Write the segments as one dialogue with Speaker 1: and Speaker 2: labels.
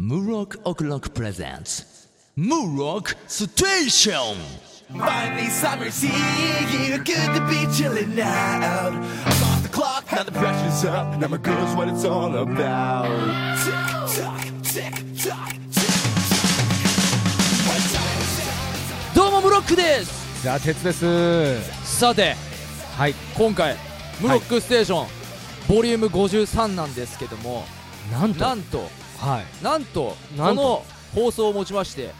Speaker 1: Murok O'Clock presents Murok Station!
Speaker 2: Finally, summer's here. Good to be chilling out. I'm off the clock, now the pressure's up. Now my girl's what it's all about. Tick tock, tick tock, tick tock.
Speaker 3: どうもムロックです
Speaker 4: じゃあ鉄です
Speaker 3: さて
Speaker 4: はい
Speaker 3: 今回ムロックステーション、ボリューム53なんですけども
Speaker 4: なんと
Speaker 3: なんと
Speaker 4: はい
Speaker 3: なんと
Speaker 4: なんと
Speaker 3: この放送をもちまして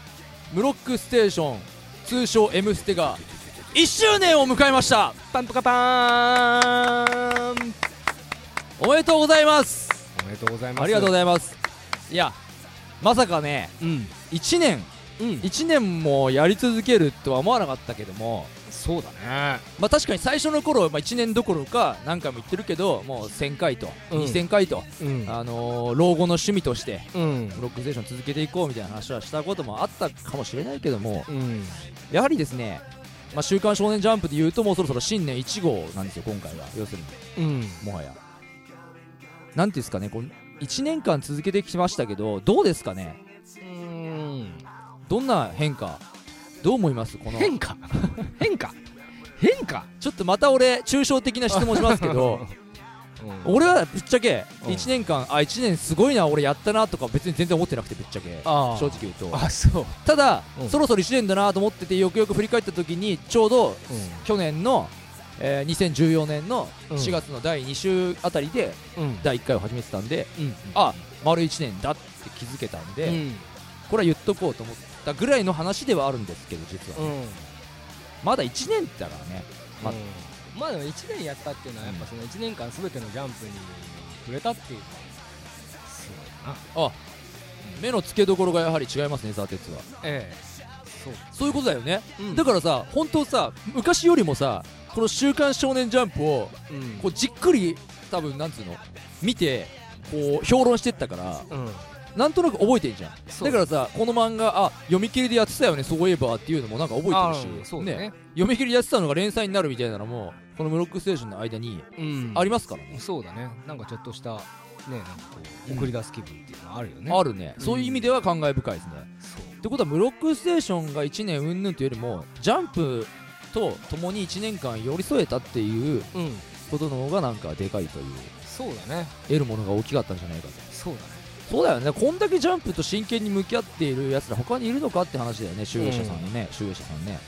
Speaker 3: ムロックステーション通称「M ステ」が1周年を迎えました
Speaker 4: パンプカパーン
Speaker 3: おめでとうございます
Speaker 4: おめでとうございます
Speaker 3: ありがとうご
Speaker 4: い
Speaker 3: ざいますいやまさかね
Speaker 4: ますうん
Speaker 3: 1年
Speaker 4: うん
Speaker 3: 1年もやり続けるとは思わなかったけども
Speaker 4: そうだね
Speaker 3: まあ確かに最初の頃、まあ、1年どころか何回も言ってるけどもう1000回と、
Speaker 4: うん
Speaker 3: 2000回と
Speaker 4: うん
Speaker 3: あのー老後の趣味として
Speaker 4: うん
Speaker 3: ブロックステーション続けていこうみたいな話はしたこともあったかもしれないけども
Speaker 4: うん
Speaker 3: やはりですね「まあ、週刊少年ジャンプ」で言うともうそろそろ新年1号なんですよ今回は要するに
Speaker 4: うん
Speaker 3: もはやなんていうんですかねこう1年間続けてきましたけどどうですかねどんな変化どう思いますこの
Speaker 4: 変化変化変化
Speaker 3: ちょっとまた俺抽象的な質問しますけど
Speaker 4: うん
Speaker 3: 俺はぶっちゃけ
Speaker 4: うん
Speaker 3: 1年間あ1年すごいな俺やったなとか別に全然思ってなくてぶっちゃけ
Speaker 4: あー
Speaker 3: 正直言うと
Speaker 4: あそう
Speaker 3: ただ、
Speaker 4: うん
Speaker 3: そろそろ1年だなと思っててよくよく振り返った時にちょうど去年の、えー2014年の
Speaker 4: うん
Speaker 3: 4月の第2週あたりで
Speaker 4: うん
Speaker 3: 第1回を始めてたんで、
Speaker 4: うん
Speaker 3: あ丸1年だって気づけたんで、
Speaker 4: うん
Speaker 3: これは言っとこうと思ったぐらいの話ではあるんですけど実は、
Speaker 4: うん
Speaker 3: まだ1年だからねまあ
Speaker 5: まあでも1年やったっていうのはやっぱその1年間全てのジャンプに触れたっていうか
Speaker 3: 目の付けどころがやはり違いますねザ・鉄は
Speaker 4: え
Speaker 3: そういうことだよね、
Speaker 4: え
Speaker 3: だからさ本当さ昔よりもさこの「週刊少年ジャンプ」を
Speaker 4: うん
Speaker 3: こうじっくり多分なんつうの見てこう評論してったから
Speaker 4: うん
Speaker 3: なんとなく覚えてんじゃん
Speaker 4: そう
Speaker 3: だからさこの漫画あ読み切りでやってたよねそういえばっていうのもなんか覚えて
Speaker 4: あ
Speaker 3: る
Speaker 4: ー
Speaker 3: し
Speaker 4: そうだね
Speaker 3: 読み切りでやってたのが連載になるみたいなのもこの「ムロックステーション」の間に
Speaker 4: うん
Speaker 3: ありますからね、
Speaker 5: そうだねなんかちょっとしたねなんかこう
Speaker 4: うん
Speaker 5: 送り出す気分っていうのはあるよね、
Speaker 3: あるねそういう意味では感慨深いですね、
Speaker 5: そう
Speaker 3: ってことは「ムロックステーション」が1年うんぬんというよりもジャンプと共に1年間寄り添えたっていう
Speaker 4: うん
Speaker 3: ことの方がなんかでかいという
Speaker 5: そうだね
Speaker 3: 得るものが大きかったんじゃないかと
Speaker 5: そうだね
Speaker 3: そうだよねこんだけジャンプと真剣に向き合っているやつら他にいるのかって話だよね集英社さんにね、集英社さんね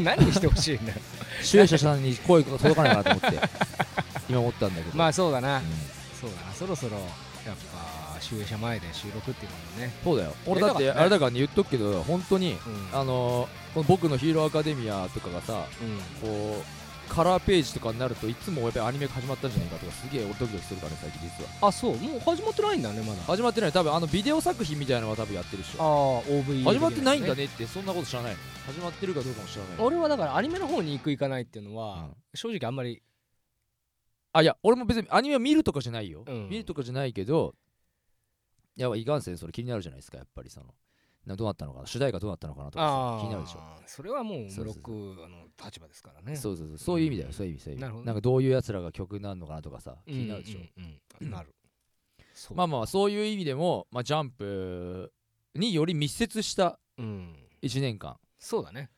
Speaker 5: 何にしてほしいんだよ
Speaker 3: 集英社さんに声が届かないかなと思って今思ったんだけど
Speaker 5: ま
Speaker 3: あ、
Speaker 5: あそうだな
Speaker 3: うん
Speaker 5: そうだなそろそろやっぱ集英社前で収録っていうのもね
Speaker 3: そうだよ俺だっ
Speaker 5: 出
Speaker 3: て
Speaker 5: たかったね
Speaker 3: あれだからね言っとくけど本当に
Speaker 5: うん
Speaker 3: あのーこの僕の「ヒーローアカデミア」とかがさ
Speaker 5: うん
Speaker 3: こうカラーページとかになるといつもやっぱりアニメが始まったんじゃないかとかすげえ俺ドキドキするからね最近実は
Speaker 5: あそうもう始まってないんだねまだあ
Speaker 3: 始まってない多分あのビデオ作品みたいなのは多分やってるでし
Speaker 5: あ
Speaker 3: ょ
Speaker 5: OV
Speaker 3: 始まってないんだ
Speaker 5: ね
Speaker 3: ねってそんなこと知らないの始まってるかどうかも知らない
Speaker 5: 俺はだからアニメの方に行く行かないっていうのは、
Speaker 3: うん
Speaker 5: 正直あんまり
Speaker 3: あいや俺も別にアニメを見るとかじゃないよ、
Speaker 5: うん
Speaker 3: 見るとかじゃないけどいやいかんせんそれ気になるじゃないですかやっぱりそのなどうなったのかな主題歌どうなったのかなとかさ
Speaker 5: あー
Speaker 3: 気になるでしょ
Speaker 5: それはもう
Speaker 3: そう
Speaker 5: ム
Speaker 3: そう
Speaker 5: ロッ
Speaker 3: そ
Speaker 5: クあの立場ですからね
Speaker 3: そうそうそうそういう意味だよそういう意味そういう意味
Speaker 5: なるほどね
Speaker 3: んかどういうやつらが曲になるのかなとかさ気になるでしょ、
Speaker 5: うんうんうんなるそう
Speaker 3: まあまあそういう意味でも、まあ、ジャンプにより密接した
Speaker 5: うん
Speaker 3: 1年間
Speaker 5: そうだね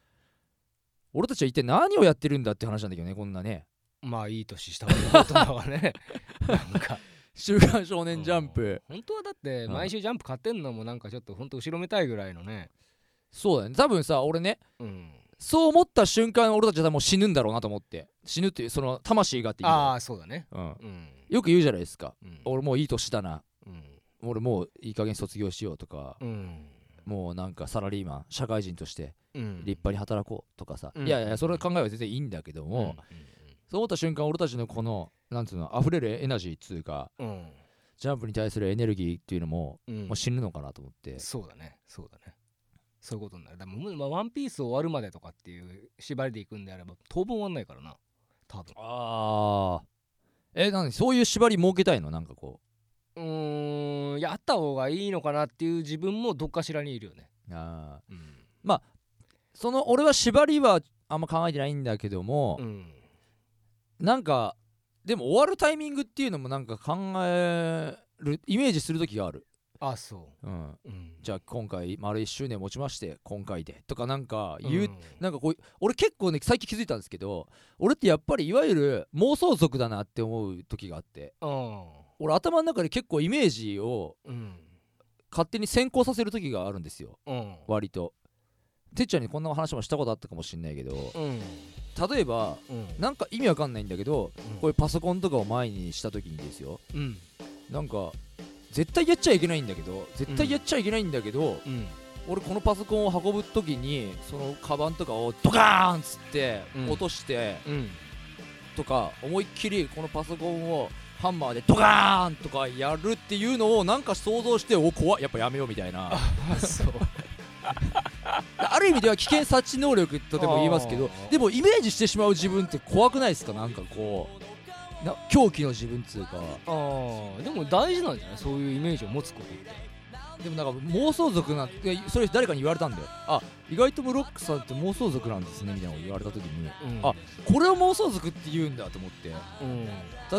Speaker 3: 俺たちは一体何をやってるんだって話なんだけどねこんなね
Speaker 5: まあいい年したことだわ ねなんか
Speaker 3: 「週刊少年ジャンプ」
Speaker 5: 本当はだって
Speaker 3: うん
Speaker 5: 毎週ジャンプ買ってんのもなんかちょっと本当後ろめたいぐらいのね
Speaker 3: そうだね多分さ俺ね
Speaker 5: うん
Speaker 3: そう思った瞬間俺たちはもう死ぬんだろうなと思って死ぬっていうその魂がっていう
Speaker 5: ああそうだね
Speaker 3: うん、
Speaker 5: うん
Speaker 3: よく言うじゃないですか
Speaker 5: うん
Speaker 3: 俺もういい年だな
Speaker 5: うん
Speaker 3: 俺もういい加減卒業しようとか、
Speaker 5: うん
Speaker 3: もうなんかサラリーマン社会人として
Speaker 5: うん
Speaker 3: 立派に働こうとかさ、
Speaker 5: うん
Speaker 3: いやいやそれは考えは全然いいんだけども、そう思った瞬間俺たちのこのなんつうの溢れるエナジーっつうか
Speaker 5: うんうん
Speaker 3: ジャンプに対するエネルギーっていうのも、
Speaker 5: うん
Speaker 3: もう死ぬのかなと思って、
Speaker 5: そうだねそうだねそういうことになるだからもう、まあ、ワンピース終わるまでとかっていう縛りでいくんであれば当分終わんないからな多分
Speaker 3: ああえなんでそういう縛り設けたいのなんかこ
Speaker 5: うーんやった方がいいのかなっていう自分もどっかしらにいるよね、
Speaker 3: うあ
Speaker 5: うん
Speaker 3: ーその俺は縛りはあんま考えてないんだけども、
Speaker 5: うん
Speaker 3: なんかでも終わるタイミングっていうのもなんか考えるイメージする時がある
Speaker 5: あそ
Speaker 3: うん、
Speaker 5: う、うん、
Speaker 3: じゃあ今回丸1周年持ちまして今回でとかなんか
Speaker 5: うん
Speaker 3: 言う、なんかこう俺結構ね最近気づいたんですけど俺ってやっぱりいわゆる妄想族だなって思う時があって俺頭の中で結構イメージを
Speaker 5: うん
Speaker 3: 勝手に先行させる時があるんですよ
Speaker 5: うん
Speaker 3: 割とてっちゃんにこんな話もしたことあったかもしんないけど
Speaker 5: うん
Speaker 3: 例えば
Speaker 5: うん
Speaker 3: なんか意味わかんないんだけどこういうパソコンとかを前にした時にですよ
Speaker 5: うん
Speaker 3: なんか絶対やっちゃいけないんだけど絶対やっちゃいけないんだけど、
Speaker 5: うん
Speaker 3: 俺このパソコンを運ぶ時にそのカバンとかをドカーンっつって
Speaker 5: うん
Speaker 3: 落として、
Speaker 5: うん
Speaker 3: とか思いっきりこのパソコンをハンマーでドカーンとかやるっていうのをなんか想像してお怖っやっぱやめようみたいな
Speaker 5: あそう
Speaker 3: ある意味では危険察知能力とでも言いますけど
Speaker 5: あー
Speaker 3: でもイメージしてしまう自分って怖くないですかなんかこうな狂気の自分っつうか
Speaker 5: ああでも大事なんじゃないそういうイメージを持つことって
Speaker 3: でもなんか妄想族なんていやそれ誰かに言われたんだよあ意外とムロックさんって妄想族なんですねみたいなこと言われた時に
Speaker 5: うん
Speaker 3: あこれを妄想族って言うんだと思って
Speaker 5: うん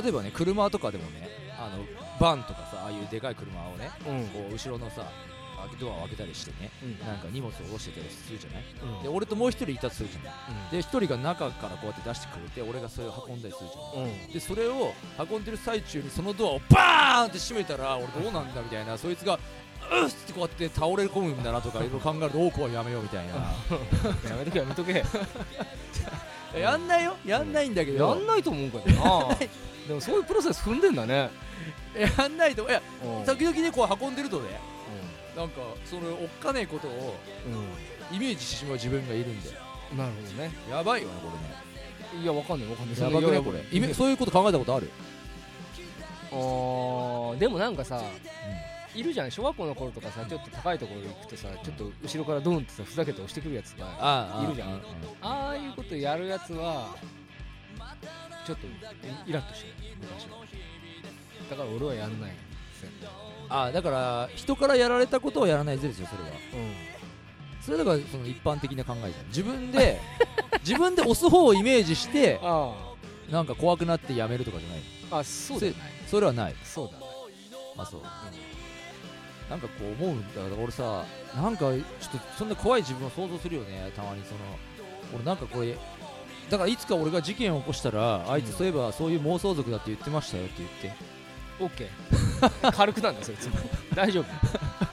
Speaker 3: 例えばね車とかでもねあのバンとかさああいうでかい車をね
Speaker 5: うん
Speaker 3: こう後ろのさ開けドアを開けたりしてね
Speaker 5: うん
Speaker 3: なんか荷物を下ろしてたりするじゃない
Speaker 5: うん
Speaker 3: で俺ともう一人いたとするじゃない
Speaker 5: うん
Speaker 3: で一人が中からこうやって出してくれて俺がそれを運んだりするじゃない
Speaker 5: うん
Speaker 3: でそれを運んでる最中にそのドアをバーンって閉めたら俺どうなんだみたいなそいつがうっつってこうやって倒れ込むんだなとかいろいろ考えるとおうこはやめようみたいな
Speaker 5: やめとけやめとけや
Speaker 3: やんないよやんないんだけど
Speaker 5: んないと思うけどなでもそういうプロセス踏んでんだね
Speaker 3: やんないといや
Speaker 5: うん
Speaker 3: 時々ねこう運んでるとねなんかそのおっかねえことを
Speaker 5: う
Speaker 3: イメージしてしまう自分がいるんだよ
Speaker 5: んなるほどね
Speaker 3: やばいよねこ
Speaker 5: いやわかんないわかんない
Speaker 3: れねやばく
Speaker 5: い
Speaker 3: ね
Speaker 5: や
Speaker 3: これイメそういうこと考えたことある
Speaker 5: あーでもなんかさ、いるじゃん小学校の頃とかさちょっと高いところ行くとさちょっと後ろからドンってさふざけて押してくるやつがあ
Speaker 3: あ
Speaker 5: いるじゃん
Speaker 3: あ
Speaker 5: あいうことやるやつはちょっとイラッとしてる昔はだから俺はやんない絶対
Speaker 3: ああだから人からやられたことをやらないぜですよそれはそれだからその一般的な考えじゃん自分 で自分で押す方をイメージして
Speaker 5: あ
Speaker 3: なんか怖くなってやめるとかじゃない
Speaker 5: ああそうだね
Speaker 3: それはない
Speaker 5: そうだね
Speaker 3: あそう、なんかこう思うんだから俺さなんかちょっとそんな怖い自分を想像するよねたまにその俺なんかこれだからいつか俺が事件を起こしたらあいつそういえばそういう妄想族だって言ってましたよって言って、
Speaker 5: オッケー軽くなんだそいつも大丈夫
Speaker 3: うん、そう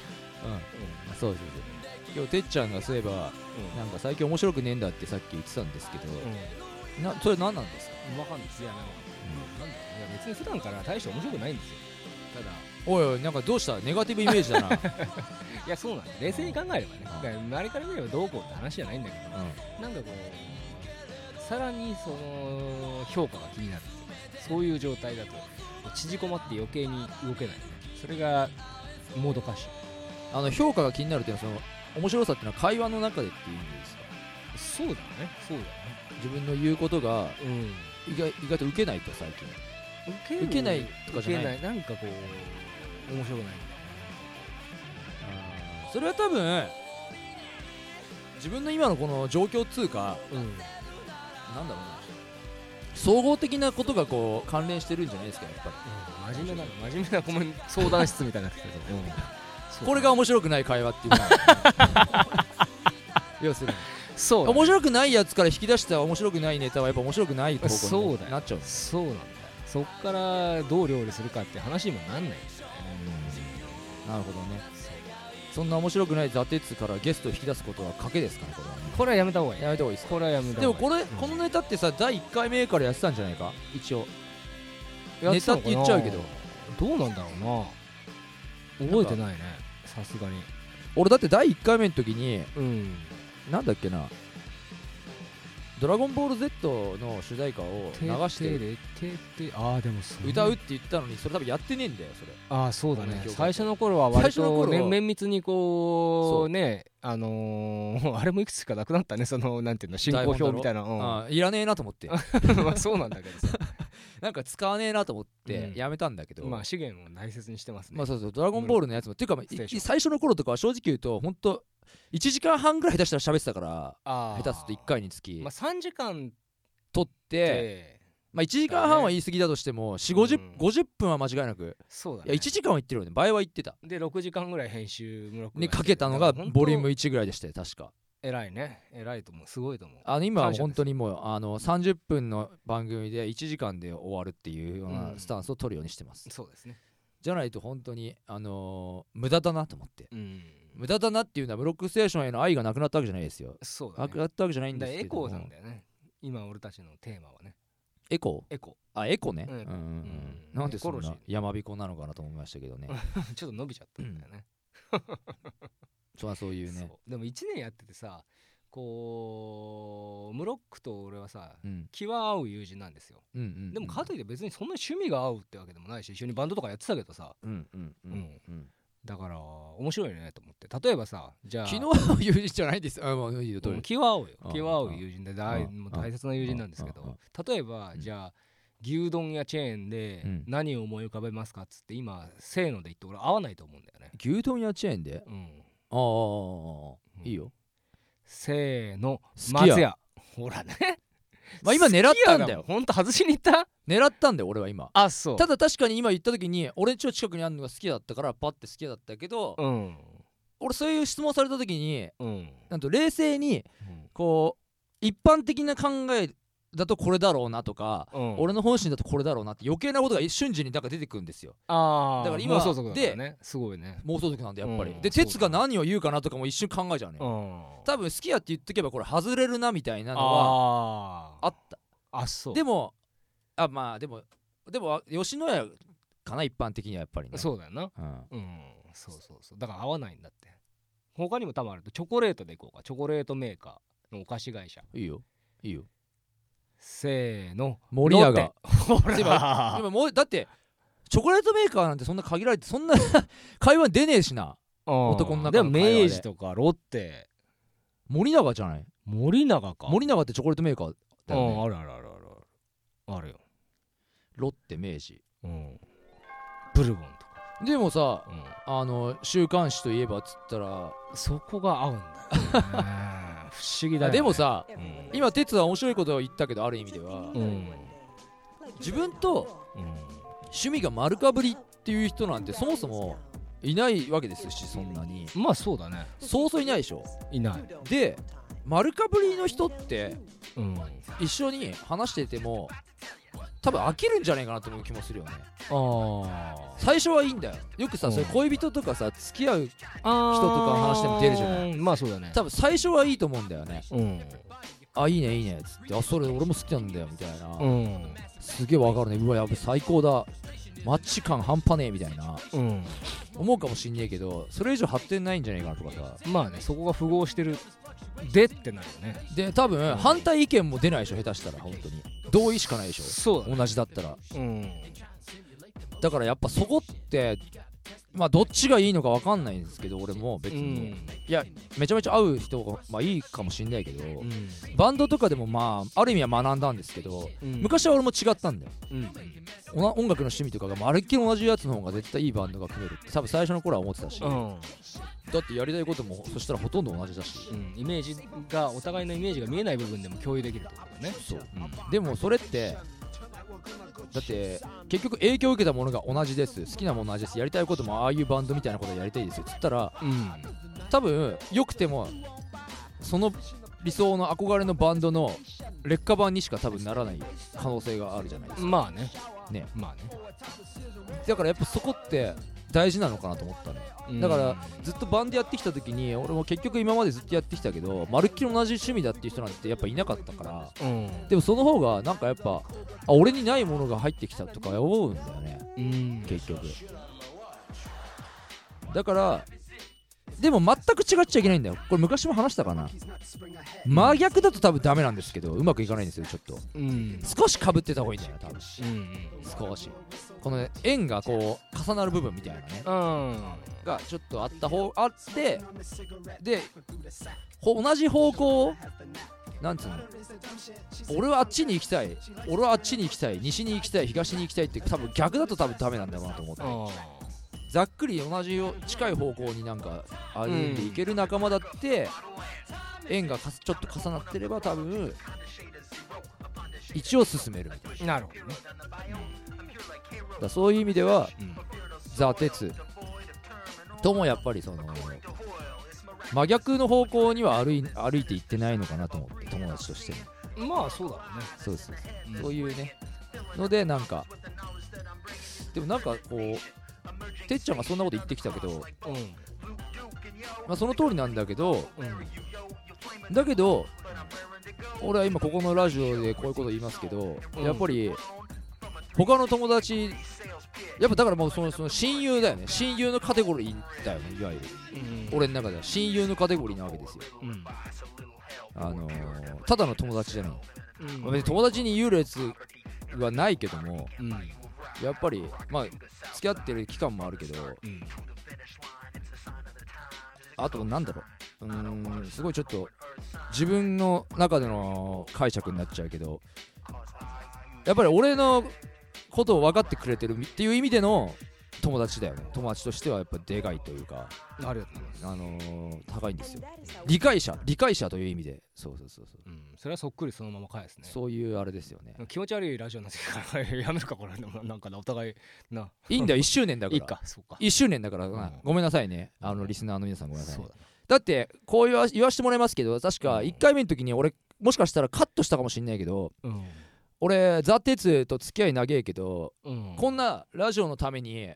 Speaker 3: そうそう今日てっちゃんがそういえばなんか最近面白くねえんだってさっき言ってたんですけど、
Speaker 5: うん、うん
Speaker 3: なそれ何なんですか、
Speaker 5: わかんないですいやなんかなんだろういや別に普段から大して面白くないんですよただ
Speaker 3: おいおいなんかどうしたネガティブイメージだな、
Speaker 5: いやそうなんだ冷静に考えればねだから周りから見ればどうこうって話じゃないんだけど
Speaker 3: う
Speaker 5: なんかこうさらにその評価が気になるっていうそういう状態だと縮こまって余計に動けないそれがもどかしい
Speaker 3: ん、あの評価が気になるっていうのはその面白さっていうのは会話の中でっていう意味ですか
Speaker 5: そうだねそうだね
Speaker 3: 自分の言うことが
Speaker 5: うん
Speaker 3: 意外意外と受けないと最近
Speaker 5: 受ける
Speaker 3: 受けないとかじゃない
Speaker 5: 受けないなんかこう面白くないんだよね
Speaker 3: それは多分自分の今のこの状況通過
Speaker 5: うん
Speaker 3: なんだろうな総合的なことがこう関連してるんじゃないですかやっぱ
Speaker 5: うん真面目な真面目なコメント相談室みたいになってきたけ ど、
Speaker 3: りこれが面白くない会話っていうのは 要するに
Speaker 5: そうだね
Speaker 3: 面白くないやつから引き出した面白くないネタはやっぱ面白くない方
Speaker 5: そ
Speaker 3: 向
Speaker 5: う
Speaker 3: に
Speaker 5: だよ
Speaker 3: なっちゃう
Speaker 5: そうなんだよそっからどう料理するかって話にもなんないんですよね
Speaker 3: なるほどねそんな面白くない座鉄からゲストを引き出すことは賭けですかねこれはね
Speaker 5: これはやめた方がいい
Speaker 3: やめた方がいいです
Speaker 5: これはやめた
Speaker 3: で
Speaker 5: 方
Speaker 3: も
Speaker 5: がいい
Speaker 3: これ、このネタってさ第1回目からやってたんじゃないか一応
Speaker 5: や
Speaker 3: ネ
Speaker 5: て
Speaker 3: タ
Speaker 5: たの
Speaker 3: っ
Speaker 5: か
Speaker 3: て
Speaker 5: な
Speaker 3: 言っちゃうけど
Speaker 5: どうなんだろうな覚えてないねさすがに
Speaker 3: 俺だって第1回目の時に
Speaker 5: うん
Speaker 3: なんだっけな「ドラゴンボール Z」の主題歌を流して
Speaker 5: てててああでもそう
Speaker 3: 歌うって言ったのにそれ多分やってねえんだよそれ
Speaker 5: ああそうだ
Speaker 3: この
Speaker 5: ね
Speaker 3: 曲
Speaker 5: 最初の頃は割
Speaker 3: 最初の
Speaker 5: と
Speaker 3: 頃は
Speaker 5: ね綿密に
Speaker 3: そ
Speaker 5: こ
Speaker 3: う
Speaker 5: うねあのー あれもいくつかなくなったねそのなんていうの進行表みたいなうん
Speaker 3: ああいらねえなと思って
Speaker 5: まあそうなんだけどさ
Speaker 3: なんか使わねえなと思っ
Speaker 5: う
Speaker 3: て
Speaker 5: ん
Speaker 3: やめたんだけど、
Speaker 5: まあ資源を大切にしてますね
Speaker 3: まあそうそう「ドラゴンボール」のやつもっていうかまあ
Speaker 5: ステーショ
Speaker 3: い
Speaker 5: ン
Speaker 3: 最初の頃とかは正直言うとほんと1時間半ぐらい下手したら喋ってたから
Speaker 5: あ
Speaker 3: 下
Speaker 5: ー
Speaker 3: 手すると1回につき
Speaker 5: まあ3時間
Speaker 3: 撮って
Speaker 5: で、
Speaker 3: ままあ、1時間半は言い過ぎだとしても4 5 0 50分は間違いなく
Speaker 5: そうだ
Speaker 3: いや1
Speaker 5: ね
Speaker 3: 時間は言ってるよね倍は言ってた
Speaker 5: で6時間ぐらい編集ムロックが
Speaker 3: にかけたのが
Speaker 5: 本当
Speaker 3: ボリューム1ぐらいでしたよ確か
Speaker 5: 偉いね偉いと思うすごいと思う
Speaker 3: あの今は
Speaker 5: 感謝です
Speaker 3: 本当にもうあの30分の番組で1時間で終わるっていうような
Speaker 5: うん
Speaker 3: スタンスを取るようにしてます、
Speaker 5: そうですね
Speaker 3: じゃないと本当にあのー無駄だなと思って
Speaker 5: うん
Speaker 3: 無駄だなっていうのはブロックステーションへの愛がなくなったわけじゃないですよ
Speaker 5: そうだ
Speaker 3: な
Speaker 5: ね
Speaker 3: くなったわけじゃないん
Speaker 5: だ
Speaker 3: ですけ
Speaker 5: から
Speaker 3: ど
Speaker 5: エコーなん
Speaker 3: よ
Speaker 5: だよね今俺たちのテーマはね
Speaker 3: エコー
Speaker 5: エコ
Speaker 3: あエコね、う
Speaker 5: うん
Speaker 3: うん
Speaker 5: ん
Speaker 3: うん、
Speaker 5: うん
Speaker 3: なんでそん
Speaker 5: エコロ
Speaker 3: な
Speaker 5: ジー
Speaker 3: 山彦なのかなと思いましたけどね
Speaker 5: ー ちょっと伸びちゃったんだよね
Speaker 3: そうそういうね
Speaker 5: そうでも1年やっててさこうムロックと俺はさ
Speaker 3: うん
Speaker 5: 気は合う友人なんですよ
Speaker 3: うんうんうん
Speaker 5: でもかといって別にそんな趣味が合うってわけでもないし一緒にバンドとかやってたけどさ
Speaker 3: うんうんうん
Speaker 5: うん
Speaker 3: うん
Speaker 5: だから面白いねと思って例えばさじゃあ
Speaker 3: 昨日は友人じゃないですあもういいよどう
Speaker 5: う
Speaker 3: ぞ
Speaker 5: ん気は合うよ
Speaker 3: ああ
Speaker 5: 気は合う友人で
Speaker 3: ああ
Speaker 5: 大
Speaker 3: ああ
Speaker 5: もう大切な友人なんですけ
Speaker 3: あ
Speaker 5: ど例えば
Speaker 3: うん
Speaker 5: じゃあ牛丼やチェーンで
Speaker 3: うん
Speaker 5: 何を思い浮かべますかっつって今せーので言って俺合わないと思うんだよね
Speaker 3: 牛丼屋チェーンで
Speaker 5: うん
Speaker 3: ああああああいいよ
Speaker 5: せーの
Speaker 3: すき家
Speaker 5: 松屋ほらね
Speaker 3: まあ今狙ったんだよ
Speaker 5: ほんと外しに行った
Speaker 3: 狙ったんだよ俺は今
Speaker 5: あそう
Speaker 3: ただ確かに今言った時に俺んちの近くにあるのが好きだったからパッて好きだったけど、
Speaker 5: うん
Speaker 3: 俺そういう質問された時に
Speaker 5: うん
Speaker 3: なんと冷静にこう一般的な考えだとこれだろうなとか、
Speaker 5: うん
Speaker 3: 俺の本心だとこれだろうなって余計なことが一瞬時になんか出てくるんですよ
Speaker 5: ああ
Speaker 3: だから今
Speaker 5: 妄想族だからねすごいね
Speaker 3: 妄想族なんでやっぱり、
Speaker 5: うん
Speaker 3: で
Speaker 5: そう
Speaker 3: 哲が何を言うかなとかも一瞬考えちゃうのよ、
Speaker 5: ん
Speaker 3: 多分好きやって言ってけばこれ外れるなみたいなのはあ
Speaker 5: ああ
Speaker 3: った
Speaker 5: あそう
Speaker 3: でもあまあでもでも吉野家かな一般的にはやっぱりね
Speaker 5: そうだよな
Speaker 3: うん
Speaker 5: うんそうそうそうだから合わないんだって他にも多分あるとチョコレートでいこうかチョコレートメーカーのお菓子会社
Speaker 3: いいよいいよ
Speaker 5: せーの
Speaker 3: 森永
Speaker 5: ロッテほら
Speaker 3: でももうだってチョコレートメーカーなんてそんな限られてそんな 会話出ねえしな
Speaker 5: うん
Speaker 3: 男の中の会話で
Speaker 5: でも明治とかロッテ
Speaker 3: 森永じゃない
Speaker 5: 森永か
Speaker 3: 森永ってチョコレートメーカーだよ
Speaker 5: うん
Speaker 3: ね
Speaker 5: あるあるあるあるあるよ
Speaker 3: ロッテ明治
Speaker 5: うんブルボンとか
Speaker 3: でもさ
Speaker 5: うん
Speaker 3: あの週刊誌といえばっつったら
Speaker 5: そこが合うんだよね不思 議だよ、ね、
Speaker 3: でも、さ
Speaker 5: うん
Speaker 3: 今哲は面白いことを言ったけどある意味では
Speaker 5: うん
Speaker 3: 自分と
Speaker 5: うん
Speaker 3: 趣味が丸かぶりっていう人なんてそもそもいないわけですしそんなに
Speaker 5: まあそうだね
Speaker 3: そうそういないでしょ
Speaker 5: いない、
Speaker 3: で丸かぶりの人って
Speaker 5: うん、あ
Speaker 3: 一緒に話してても多分飽きるんじゃないかなと思う気もするよね
Speaker 5: あ
Speaker 3: 最初はいいんだよよくさ
Speaker 5: うん
Speaker 3: それ恋人とかさ付き合う
Speaker 5: 人
Speaker 3: とかの話でも出るじゃない
Speaker 5: まあそうだね
Speaker 3: 多分最初はいいと思うんだよね
Speaker 5: うん
Speaker 3: あいいねいいねっつってあそれ俺も好きなんだよみたいな、
Speaker 5: うん
Speaker 3: すげえわかるねうわやべ最高だマッチ感半端ねえみたいな
Speaker 5: うん
Speaker 3: 思うかもしんねえけどそれ以上発展ないんじゃないかなとかさ
Speaker 5: まあねそこが符合してるでってなるよね
Speaker 3: で多分反対意見も出ないでしょ下手したら本当に同意しかないでしょ
Speaker 5: そうだね
Speaker 3: 同じだったら
Speaker 5: うん
Speaker 3: だからやっぱそこってまあどっちがいいのかわかんないんですけど俺も別に、いやめちゃめちゃ合う人がまあいいかもしんないけど、
Speaker 5: うん
Speaker 3: バンドとかでもまあある意味は学んだんですけど、
Speaker 5: うん
Speaker 3: 昔は俺も違ったんだよ
Speaker 5: うん
Speaker 3: おな音楽の趣味とかがまるっきり同じやつの方が絶対いいバンドが組めるって多分最初の頃は思ってたし、
Speaker 5: うん
Speaker 3: だってやりたいこともそしたらほとんど同じだし、
Speaker 5: うんイメージがお互いのイメージが見えない部分でも共有できるってことだね
Speaker 3: そう、でもそれってだって結局影響を受けたものが同じです好きなもの同じですやりたいこともああいうバンドみたいなことやりたいですっつったら
Speaker 5: うん
Speaker 3: 多分良くてもその理想の憧れのバンドの劣化版にしか多分ならない可能性があるじゃないですか
Speaker 5: まあね
Speaker 3: ね
Speaker 5: まあね
Speaker 3: だからやっぱそこって大事なのかなと思ったね
Speaker 5: うん
Speaker 3: だからずっとバンドやってきた時に俺も結局今までずっとやってきたけどまるっきり同じ趣味だっていう人なんてやっぱいなかったから
Speaker 5: うん
Speaker 3: でもその方がなんかやっぱあ俺にないものが入ってきたとか思うんだよね
Speaker 5: うん
Speaker 3: 結局だからでも全く違っちゃいけないんだよこれ昔も話したかな真逆だと多分ダメなんですけどうまくいかないんですよちょっと
Speaker 5: うん
Speaker 3: 少しかぶってた方がいいんだよね多分
Speaker 5: うん
Speaker 3: 少しこのね円がこう重なる部分みたいなね
Speaker 5: うん
Speaker 3: がちょっとあった方あってでほ同じ方向をなんつうの俺はあっちに行きたい俺はあっちに行きたい西に行きたい東に行きたいって多分逆だと多分ダメなんだろうなと思って
Speaker 5: あ
Speaker 3: ざっくり同じよ近い方向になんか歩んでいける仲間だって、円がかすちょっと重なってれば多分一応進めるみたいな
Speaker 4: なるほどね
Speaker 3: だからそういう意味では、
Speaker 4: うん
Speaker 3: ザ・鉄ともやっぱりその真逆の方向には歩い歩いていってないのかなと思って友達としても
Speaker 5: まあそうだろうね
Speaker 3: そうそうそう、そういうねのでなんかでもなんかこうてっちゃんがそんなこと言ってきたけど、まあ、その通りなんだけど、だけど俺は今ここのラジオでこういうこと言いますけど、やっぱり他の友達やっぱだからもうそのその親友だよね親友のカテゴリーだよねいわゆる、俺の中では親友のカテゴリーなわけですよ、あのーただの友達じゃないまあ別に友達に優劣はないけども、やっぱりまあ付き合ってる期間もあるけど、あとなんだろううーんすごいちょっと自分の中での解釈になっちゃうけどやっぱり俺のことを分かってくれてるっていう意味での友達だよね友達としてはやっぱでかいというか
Speaker 5: ありがとうございます
Speaker 3: あのー高いんですよ理解者理解者という意味でそうそうそうそう、
Speaker 5: うんそれはそっくりそのまま返すね
Speaker 3: そういうあれですよね
Speaker 5: 気持ち悪いラジオなんですからやめるかこれでもなんかなお互いない
Speaker 3: いんだよ1周年だから
Speaker 5: いいかそうか
Speaker 3: 1周年だからな、
Speaker 5: うん
Speaker 3: ごめんなさいねあのリスナーの皆さんごめんなさい
Speaker 5: そ
Speaker 3: ね、
Speaker 5: うだね
Speaker 3: だってこう言わ言わしてもらいますけど確か1回目の時に俺もしかしたらカットしたかもしんないけど
Speaker 5: うん
Speaker 3: 俺ザ・テツと付き合い長えけど、
Speaker 5: うん
Speaker 3: こんなラジオのために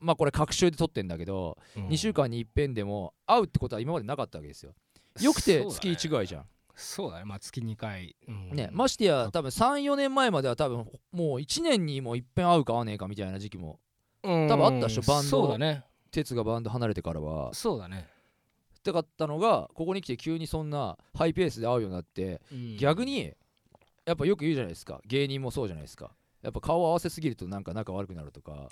Speaker 3: まあこれ隔週で撮ってんだけど、
Speaker 5: うん
Speaker 3: 2週間に一遍でも会うってことは今までなかったわけですよよくて
Speaker 5: そうだね
Speaker 3: 月1ぐらいじゃん
Speaker 5: そうだねまあ月2回うん
Speaker 3: ね、ましてや多分34年前までは多分もう1年にもう一遍会うか会わねえかみたいな時期も
Speaker 5: うん
Speaker 3: 多分あったっしょバンド
Speaker 5: そうだね
Speaker 3: 哲がバンド離れてからは
Speaker 5: そうだね
Speaker 3: ってかったのがここに来て急にそんなハイペースで会うようになって、逆にやっぱよく言うじゃないですか芸人もそうじゃないですかやっぱ顔合わせすぎるとなんか仲悪くなると か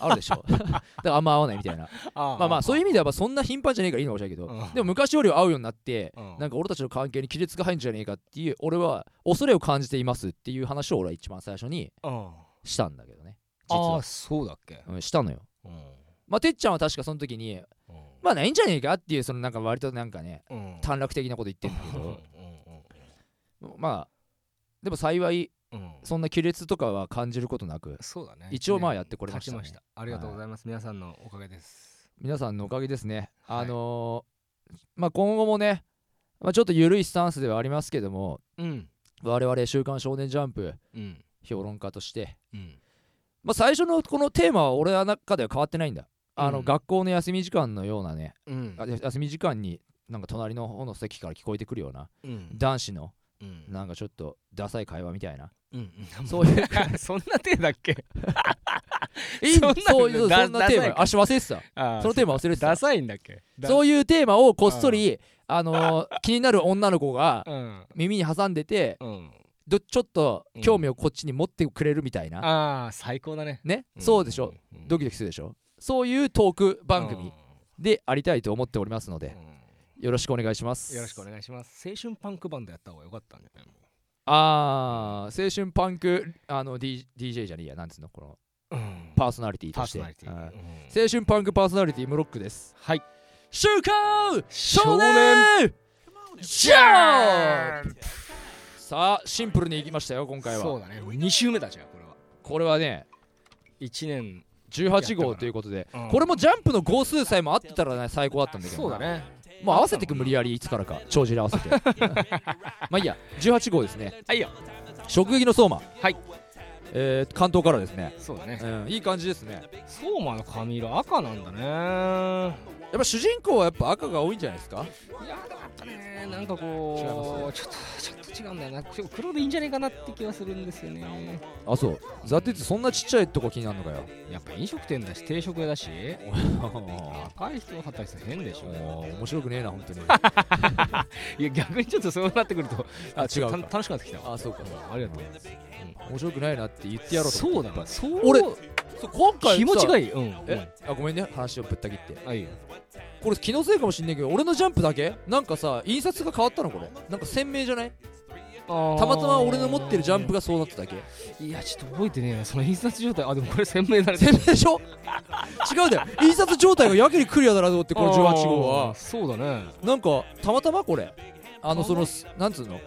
Speaker 3: あるでしょ だからあんま合わないみたいなまあまあそういう意味ではやっぱそんな頻繁じゃねえからいいのかもしれないけど、
Speaker 5: うん
Speaker 3: でも昔よりは会うようになって、
Speaker 5: うん
Speaker 3: なんか俺たちの関係に亀裂が入るんじゃねえかっていう俺は恐れを感じていますっていう話を俺は一番最初に
Speaker 5: うん
Speaker 3: したんだけどね実
Speaker 5: あ
Speaker 3: は
Speaker 5: あ、そうだっけ
Speaker 3: うん、したのよ
Speaker 5: うん
Speaker 3: まあてっちゃんは確かその時に
Speaker 5: うん
Speaker 3: まあないんじゃねえかっていうそのなんか割となんかね
Speaker 5: うん
Speaker 3: 短絡的なこと言ってんだけど
Speaker 5: うん
Speaker 3: まあでも幸い
Speaker 5: うん
Speaker 3: そんな亀裂とかは感じることなく
Speaker 5: そうだね
Speaker 3: 一応まあやってこれましたね
Speaker 5: 立ちましたありがとうございます皆さんのおかげです
Speaker 3: 皆さんのおかげですね、
Speaker 5: は
Speaker 3: あ
Speaker 5: い
Speaker 3: のーまあ今後もね、まあ、ちょっと緩いスタンスではありますけども
Speaker 5: うん
Speaker 3: 我々「週刊少年ジャンプ
Speaker 5: うん」
Speaker 3: 評論家として、
Speaker 5: うん
Speaker 3: まあ、最初のこのテーマは俺の中では変わってないんだあの、
Speaker 5: うん
Speaker 3: 学校の休み時間のようなね
Speaker 5: うん
Speaker 3: あで休み時間になんか隣の方の席から聞こえてくるような
Speaker 5: うん
Speaker 3: 男子の
Speaker 5: うん
Speaker 3: なんかちょっとダサい会話みたいな
Speaker 5: うん
Speaker 3: そういう
Speaker 5: そんな手だっけ
Speaker 3: いい
Speaker 5: そんな
Speaker 3: そういう
Speaker 5: ダ
Speaker 3: そんなテー
Speaker 5: ダサい
Speaker 3: マあし忘れてた
Speaker 5: あ
Speaker 3: そのテーマ忘れてた
Speaker 5: ダサいんだっけ
Speaker 3: そういうテーマをこっそり、あの ー気になる女の子が
Speaker 5: うん
Speaker 3: 耳に挟んでて
Speaker 5: うん
Speaker 3: どちょっと興味をこっちに持ってくれるみたいな、
Speaker 5: ああ最高だね
Speaker 3: ね、そうでしょ、ドキドキするでしょそういうトーク番組でありたいと思っておりますので、よろしくお願いします
Speaker 5: よろしくお願いします青春パンクバンドやった方が良かったんじゃないの
Speaker 3: あー青春パンクあの、D、DJ じゃねえやなんつうのこのパーソナリティ
Speaker 5: パ
Speaker 3: と
Speaker 5: ー
Speaker 3: し
Speaker 5: ソ
Speaker 3: て
Speaker 5: ナリティ
Speaker 3: はい
Speaker 5: うん
Speaker 3: 青春パンクパーソナリティムロックです
Speaker 5: はい
Speaker 3: 週刊少年ジャンプさあシンプルにいきましたよ今回
Speaker 5: そう
Speaker 3: は
Speaker 5: だね2週目だじゃんこれは
Speaker 3: これはね
Speaker 5: 1年
Speaker 3: 18号ということで、
Speaker 5: うん
Speaker 3: これもジャンプの号数さえも合ってたらね最高だったんだけど
Speaker 5: そうだね
Speaker 3: もう合わせてく無理やりいつからか帳尻合わせて まあいいや18号ですね
Speaker 5: はいよ
Speaker 3: 食撃の相馬
Speaker 5: はい
Speaker 3: えー関東からですね
Speaker 5: そうだ
Speaker 3: う
Speaker 5: ね
Speaker 3: んいい感じですね
Speaker 5: 相馬の髪色赤なんだね
Speaker 3: やっぱ主人公はやっぱ赤が多いんじゃないですか
Speaker 5: いやでもやっぱねなんか
Speaker 3: 違い
Speaker 5: こ
Speaker 3: ま
Speaker 5: うちょっとちょっと違うんだよなちょっと黒でいいんじゃないかなって気がするんですよね
Speaker 3: あそうザ・テツそんなちっちゃいとこ気になるのかよ
Speaker 5: やっぱ飲食店だし定食屋だし若い人の働き方変でし
Speaker 3: もう面白くねえな本 当に
Speaker 5: いや逆にちょっとそうなってくると
Speaker 3: あ違う
Speaker 5: た
Speaker 3: か
Speaker 5: 楽しくなってきたわ
Speaker 3: あそうか
Speaker 5: ありがとうございます
Speaker 3: 面白くないなって言ってやろうと
Speaker 5: そうだなそう
Speaker 3: 俺そう今回さ
Speaker 5: 気持ちがいいうん
Speaker 3: えあごめんね話をぶった切って
Speaker 5: うんあいいよ
Speaker 3: これ気のせいかもしんないけど俺のジャンプだけなんかさ印刷が変わったのこれなんか鮮明じゃない
Speaker 5: た
Speaker 3: たまたま俺の持ってるジャンプがそうだっただけ
Speaker 5: いやちょっと覚えてねえなその印刷状態あでもこれ鮮明だね
Speaker 3: 鮮明でしょ違うんだよ印刷状態がやけにクリアだなと思ってこの18号
Speaker 5: あー
Speaker 3: は
Speaker 5: そうだね
Speaker 3: なんかたまたまこれあのそのすなんつうの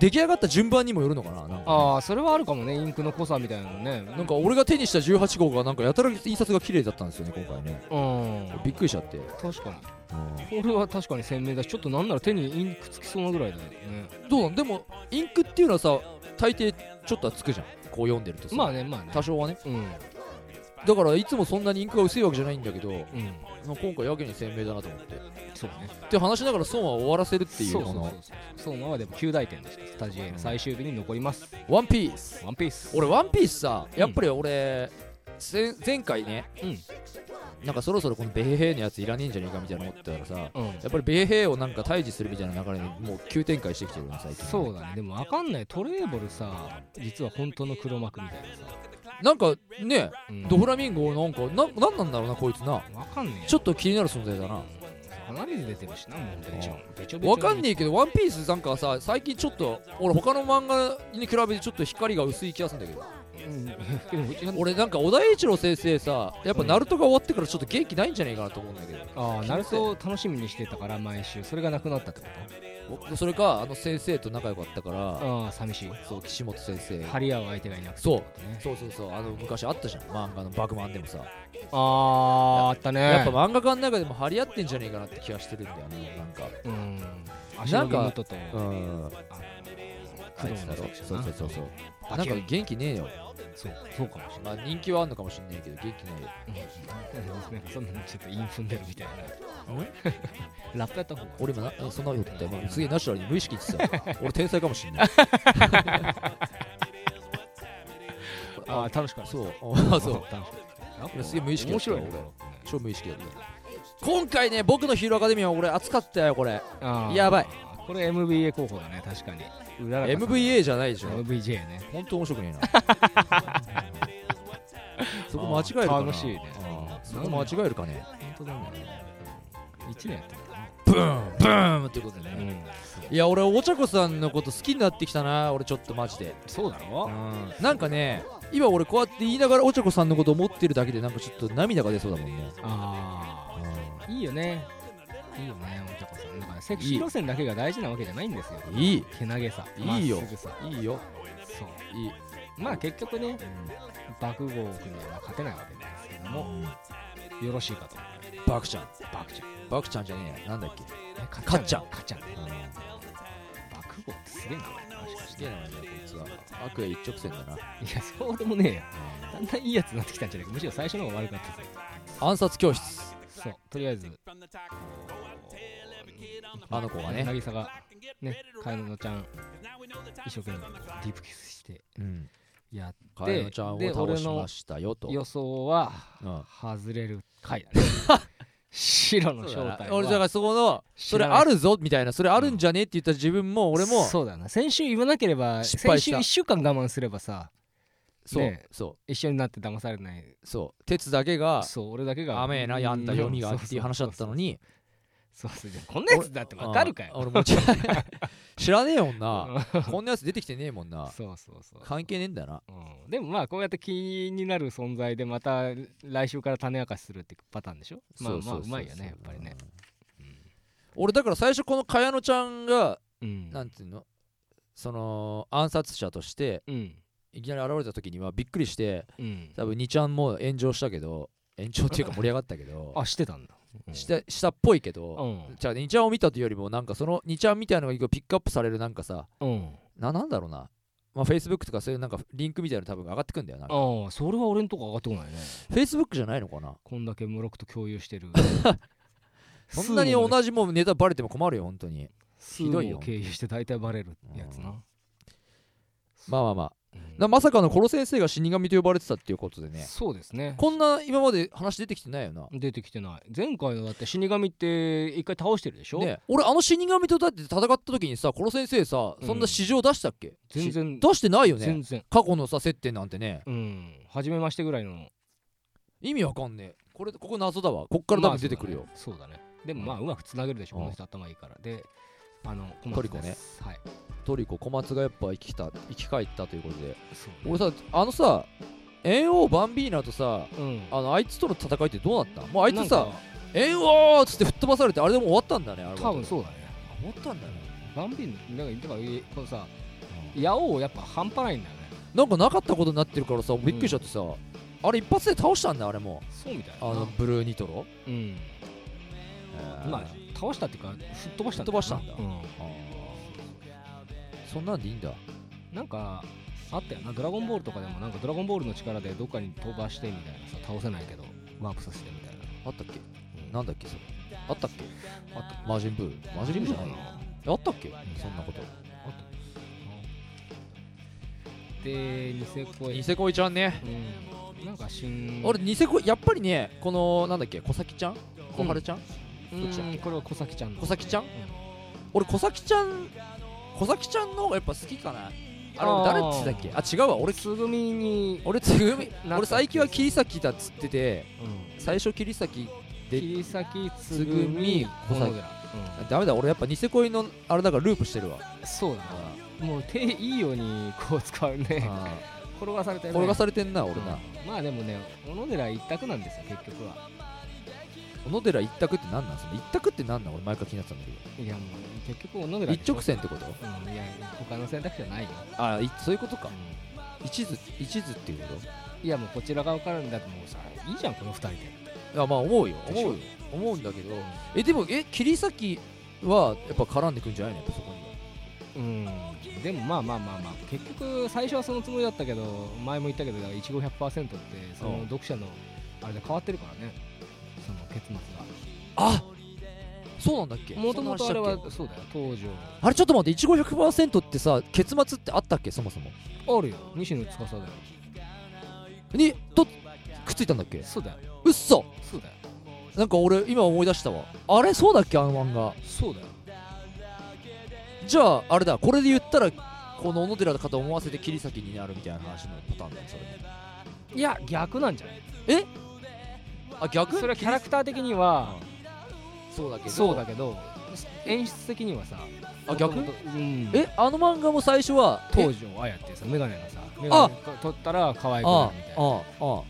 Speaker 3: 出来上がった順番にもよるのかななんか
Speaker 5: ああそれはあるかもねインクの濃さみたいなのねな
Speaker 3: なんか俺が手にした18号がなんかやたら印刷が綺麗だったんですよね今回ね
Speaker 5: うん
Speaker 3: びっくりしちゃって、
Speaker 5: 確かにこれは確かに鮮明だしちょっとなんなら手にインクつきそうなぐらいだよね
Speaker 3: どうなんでもインクっていうのはさ大抵ちょっとはつくじゃんこう読んでるとさ
Speaker 5: まあねまあね
Speaker 3: 多少はね
Speaker 5: うんうん
Speaker 3: だからいつもそんなにインクが薄いわけじゃないんだけど、まあ今回やけに鮮明だなと思って
Speaker 5: そうね
Speaker 3: って話しながら損は終わらせるっていう
Speaker 5: そう
Speaker 3: こ
Speaker 5: そうそ
Speaker 3: の
Speaker 5: うそうそうまはでも9大点でしたスタジエム最終日に残ります
Speaker 3: 「ワンピース
Speaker 5: ワンピース
Speaker 3: 俺「ワンピースさやっぱり俺、せん前回ね、なんかそろそろこのベヘヘのやついらねえんじゃねえかみたいな思ってたらさや
Speaker 5: うん
Speaker 3: っぱりベヘヘをなんか退治するみたいな流れにもう急展開してきてるな最近
Speaker 5: そうだねでも分かんないトレーボルさ実は本当の黒幕みたいなさ、
Speaker 3: なんかね
Speaker 5: うん
Speaker 3: ドフラミンゴなんかななんなんだろうなこいつな
Speaker 5: 分かんねえ
Speaker 3: ちょっと気になる存在だな
Speaker 5: 鼻水出てるしなもうべちょべちょべちょ
Speaker 3: わかんねえけど「ワンピースなんかさ最近ちょっと俺他の漫画に比べてちょっと光が薄い気がするんだけど
Speaker 5: うんでもうちの
Speaker 3: 俺なんか小田栄一郎先生さやっぱナルトが終わってからちょっと元気ないんじゃねえかなと思うんだけど
Speaker 5: ああナルトを楽しみにしてたから毎週それがなくなったってこ
Speaker 3: 僕それかあの先生と仲良かったから
Speaker 5: とああ寂しい
Speaker 3: そう岸本先生
Speaker 5: 張り合う相手がいなくて
Speaker 3: そう
Speaker 5: ね
Speaker 3: そうそうそうあの昔あったじゃん漫画の「バグマン」でもさ
Speaker 5: あああったね
Speaker 3: やっぱ漫画家の中でも張り合ってんじゃねえかなって気がしてるんだよねなんか
Speaker 5: うん足の
Speaker 3: なんか
Speaker 5: ムとと
Speaker 3: うん
Speaker 5: 工
Speaker 3: あい
Speaker 5: 藤
Speaker 3: つ
Speaker 5: の
Speaker 3: だろ
Speaker 5: 作者
Speaker 3: そうそうそうそう
Speaker 5: な
Speaker 3: なんか元気ねえよ
Speaker 5: そうそうかもしれない
Speaker 3: まあ人気はあんのかもしんないけど元気ないよ
Speaker 5: なんかそんなのちょっとイン踏んでる みたいな。ラップやった方が。
Speaker 3: 俺今なえそんなこと言ってたすげえナチュラルに無意識に言ってた俺天才かもしん ない
Speaker 5: ああ、楽しかった。
Speaker 3: そうあ そう
Speaker 5: 楽しかった。
Speaker 3: いやすげえ無意識だ
Speaker 5: 面
Speaker 3: った
Speaker 5: 白
Speaker 3: よ
Speaker 5: いね。
Speaker 3: 超無意識だった今回ね僕のヒーローアカデミアは俺熱かったよこれ
Speaker 5: あー
Speaker 3: やばい。
Speaker 5: これ MBA 候補だね、確かに。うららかさん
Speaker 3: MVA じゃないでしょ
Speaker 5: MVJ ね。
Speaker 3: 本当面白くね えなそこ間違えるか
Speaker 5: あ
Speaker 3: な
Speaker 5: ー楽しいね
Speaker 3: あーそこ間違えるかね
Speaker 5: 本当だね。1年やってるか
Speaker 3: ブーンブーンってことで
Speaker 5: ら
Speaker 3: ね、
Speaker 5: ね。
Speaker 3: いや俺お茶子さんのこと好きになってきたな俺ちょっとマジで
Speaker 5: そうだろ
Speaker 3: なんかね今俺こうやって言いながらお茶子さんのこと思ってるだけでなんかちょっと涙が出そうだもんね
Speaker 5: ああ。いいよね。いいよね、おちょこさん。だからセクシー路線だけが大事なわけじゃないんですよ。
Speaker 3: いい
Speaker 5: けなげさ。
Speaker 3: いいよ
Speaker 5: まっすぐさ。
Speaker 3: いいよ
Speaker 5: そう。
Speaker 3: いい
Speaker 5: まあ結局ね、爆豪君には勝てないわけなんですけども、よろしいかと。
Speaker 3: バクちゃん
Speaker 5: 爆ちゃん。
Speaker 3: バクちゃんじゃねえやなんだっけ
Speaker 5: え
Speaker 3: かっちゃん
Speaker 5: かっちゃんね。爆豪ってすげえ名前だなもしかし
Speaker 3: す
Speaker 5: て。
Speaker 3: げえなこいつは悪意一直線だない
Speaker 5: や、そうでもねえや。だんだんいいやつになってきたんじゃないか。むしろ最初の方が悪かったぜ。
Speaker 3: 暗殺教室
Speaker 5: そう、とりあえず、
Speaker 3: あの子がね、
Speaker 5: 渚が、ね、かえのちゃん、一生懸命こうディープキスして
Speaker 3: うん、
Speaker 5: やっ
Speaker 3: カエルちゃんを
Speaker 5: で
Speaker 3: 倒しましたよと
Speaker 5: 予想は、
Speaker 3: うん
Speaker 5: 外れる回 だね。白の正体は
Speaker 3: 俺だからそこのそれあるぞみたいなそれあるんじゃねって言った自分も俺も
Speaker 5: そうだな先週言わなければ
Speaker 3: 失敗し
Speaker 5: 先週
Speaker 3: た
Speaker 5: 1週間我慢すればさ
Speaker 3: そう
Speaker 5: ね
Speaker 3: そ
Speaker 5: 一緒になって騙されない
Speaker 3: そう鉄だけが
Speaker 5: そう俺だけが
Speaker 3: 甘えなやんだ
Speaker 5: うん
Speaker 3: 読みがっていう話だったのに
Speaker 5: そうそうそうこんなやつだってわかるか
Speaker 3: あ
Speaker 5: よ
Speaker 3: 俺もう 知らねえもんなこんなやつ出てきてねえもんな
Speaker 5: そうそうそう
Speaker 3: 関係ねえんだな
Speaker 5: うんでもまあこうやって気になる存在でまた来週から種明かしするってパターンでしょまあ
Speaker 3: そうそう
Speaker 5: ま
Speaker 3: そう
Speaker 5: あう
Speaker 3: そう
Speaker 5: まいよねやっぱりね
Speaker 3: 俺だから最初この茅野ちゃんが
Speaker 5: うん
Speaker 3: なんていうのその暗殺者として
Speaker 5: うん
Speaker 3: いきなり現れた時にはびっくりして
Speaker 5: うん
Speaker 3: 多分2ちゃんも炎上したけど炎上っていうか盛り上がったけど
Speaker 5: あしてたんだうん
Speaker 3: したしたっぽいけ
Speaker 5: う
Speaker 3: ど、
Speaker 5: ん
Speaker 3: じゃあ2ちゃんを見たというよりもなんかその2ちゃんみたいなのがピックアップされるなんかさ
Speaker 5: うん
Speaker 3: ななんだろうなまあ、Facebook とかそういうなんかリンクみたいなの多分上がってくんだよな。
Speaker 5: ああそれは俺んとこ上がってこないね
Speaker 3: Facebook じゃないのかな
Speaker 5: こんだけムロクと共有してる
Speaker 3: そんなに同じもうネタバレても困るよ、本当に。
Speaker 5: ひ
Speaker 3: ど
Speaker 5: ど
Speaker 3: い
Speaker 5: い
Speaker 3: よ
Speaker 5: よ経由して大体バレるやつな、
Speaker 3: まあまあまあ。
Speaker 5: うん
Speaker 3: なまさかのコロ先生が死神と呼ばれてたっていうことでね。
Speaker 5: そうですね
Speaker 3: こんな今まで話出てきてないよな。
Speaker 5: 出てきてない前回のだって死神って一回倒してるでしょ、
Speaker 3: ね、俺あの死神とだって戦った時にさコロ先生さ
Speaker 5: うん
Speaker 3: そんな市場出したっけ、
Speaker 5: 全然
Speaker 3: し出してないよね
Speaker 5: 全然
Speaker 3: 過去のさ接点なんてね
Speaker 5: うん初めましてぐらいの
Speaker 3: 意味わかんねえこれここ謎だわこっから多分出てくるよ、
Speaker 5: まあそうだねそうだねでもまあうまくつなげるでしょ、
Speaker 3: うん
Speaker 5: この人頭いいからであの
Speaker 3: トリコね
Speaker 5: ですはい
Speaker 3: トリコ小松がやっぱ生きた生き返ったということで
Speaker 5: そう
Speaker 3: 俺さあのさ猿王バンビーナとさ
Speaker 5: うん
Speaker 3: あのあいつとの戦いってどうなったもうあ
Speaker 5: あ
Speaker 3: いつさ猿王っつって吹っ飛ばされてあれでもう終わったんだねあれは
Speaker 5: 多分そうだね
Speaker 3: あ終わったんだね
Speaker 5: バンビーノなんかだからこのさ八王やっぱ半端ないんだよね
Speaker 3: なんかなかったことになってるからさびっくりしちゃってさ、あれ一発で倒したんだあれも
Speaker 5: そうみたい
Speaker 3: あ
Speaker 5: な
Speaker 3: のブルーニトロ、
Speaker 5: うんまあ倒したっていうか吹っ飛ばした
Speaker 3: 吹っ飛ばした
Speaker 5: んだよ
Speaker 3: あ
Speaker 5: な
Speaker 3: ーそんなんでいいんだ
Speaker 5: うんなんかあったよな「ドラゴンボール」とかでもなんか「ドラゴンボール」の力でどっかに飛ばしてみたいなさ倒せないけどワープさせてみたいな
Speaker 3: あったっけなんだっけそれあったっけあった魔人ブー魔人ブーじゃないあったっけ、そんなこと
Speaker 5: でニセコへ
Speaker 3: ニセコイちゃんね、
Speaker 5: うんなんか新
Speaker 3: 俺ニセコイやっぱりねこのなんだっけ小崎ちゃん小春ちゃん、どっちだっ
Speaker 5: うんこれは小崎ちゃんの
Speaker 3: 小崎ちゃん、俺小崎ちゃん小崎ちゃんの方がやっぱ好きかなあれ
Speaker 5: あー
Speaker 3: 俺誰っつってたっけあ違うわ俺き
Speaker 5: つぐみに
Speaker 3: 俺つぐみ
Speaker 5: なんか
Speaker 3: 俺最近は桐崎だっつってて最初桐崎で
Speaker 5: 切り裂きつぐみ
Speaker 3: 小
Speaker 5: 小
Speaker 3: 野
Speaker 5: 野
Speaker 3: 寺
Speaker 5: 寺
Speaker 3: ダメだ俺やっぱニセ恋のあれだからループしてるわ
Speaker 5: そうだなもう手いいようにこう使うね
Speaker 3: あ
Speaker 5: 転がされ
Speaker 3: ー
Speaker 5: たよね
Speaker 3: 転がされてんな俺
Speaker 5: うん
Speaker 3: な
Speaker 5: まあでもね小野寺一択なんですよ結局は
Speaker 3: 小野寺一択って何なんその一択って何なん俺前から気になってたんだけ
Speaker 5: いやもう結局小野
Speaker 3: ど
Speaker 5: 寺でし
Speaker 3: 一
Speaker 5: ょ
Speaker 3: 直線ってこと
Speaker 5: うんいや他の選択肢はないよ、
Speaker 3: ああそういうことか
Speaker 5: う
Speaker 3: 一途一途っていうこ
Speaker 5: んいやもうこちら側からんだってもうさいいじゃんこの二人で
Speaker 3: といやまあ思うよ
Speaker 5: でし
Speaker 3: 思
Speaker 5: ょ
Speaker 3: うよ思うんだけどえでもえ桐崎はやっぱ絡んでくんじゃないのやっぱそこには
Speaker 5: うんでもまあまあまあまあ結局最初はそのつもりだったけど前も言ったけどだから1500%ってその読者のあれで変わってるからねその結末が
Speaker 3: あそうなんだっけ
Speaker 5: もともとあれ
Speaker 3: そんな話だっけ
Speaker 5: はそうだよ東条
Speaker 3: あれちょっと待って150%ってさ結末ってあったっけそもそも
Speaker 5: あるよ西野司だよ
Speaker 3: にとくっついたんだっけ
Speaker 5: そうだよ
Speaker 3: うっそ
Speaker 5: そうだよ
Speaker 3: なんか俺今思い出したわあれそうだっけあの漫画
Speaker 5: そうだよ
Speaker 3: じゃああれだこれで言ったらこの小野寺かと思わせて桐崎になるみたいな話のパターンだよそれ
Speaker 5: いや逆なんじゃない
Speaker 3: あ逆
Speaker 5: それはキャラクター的には
Speaker 3: そうだけど
Speaker 5: そうだけど演出的にはさ
Speaker 3: あ逆
Speaker 5: 元々うん
Speaker 3: えあの漫画も最初は
Speaker 5: 東
Speaker 3: 時
Speaker 5: 条綾ってさ眼鏡がさ眼
Speaker 3: あ
Speaker 5: 鏡取ったら可愛くな
Speaker 3: あ
Speaker 5: るみたい
Speaker 3: あ
Speaker 5: な
Speaker 3: あああ
Speaker 5: 子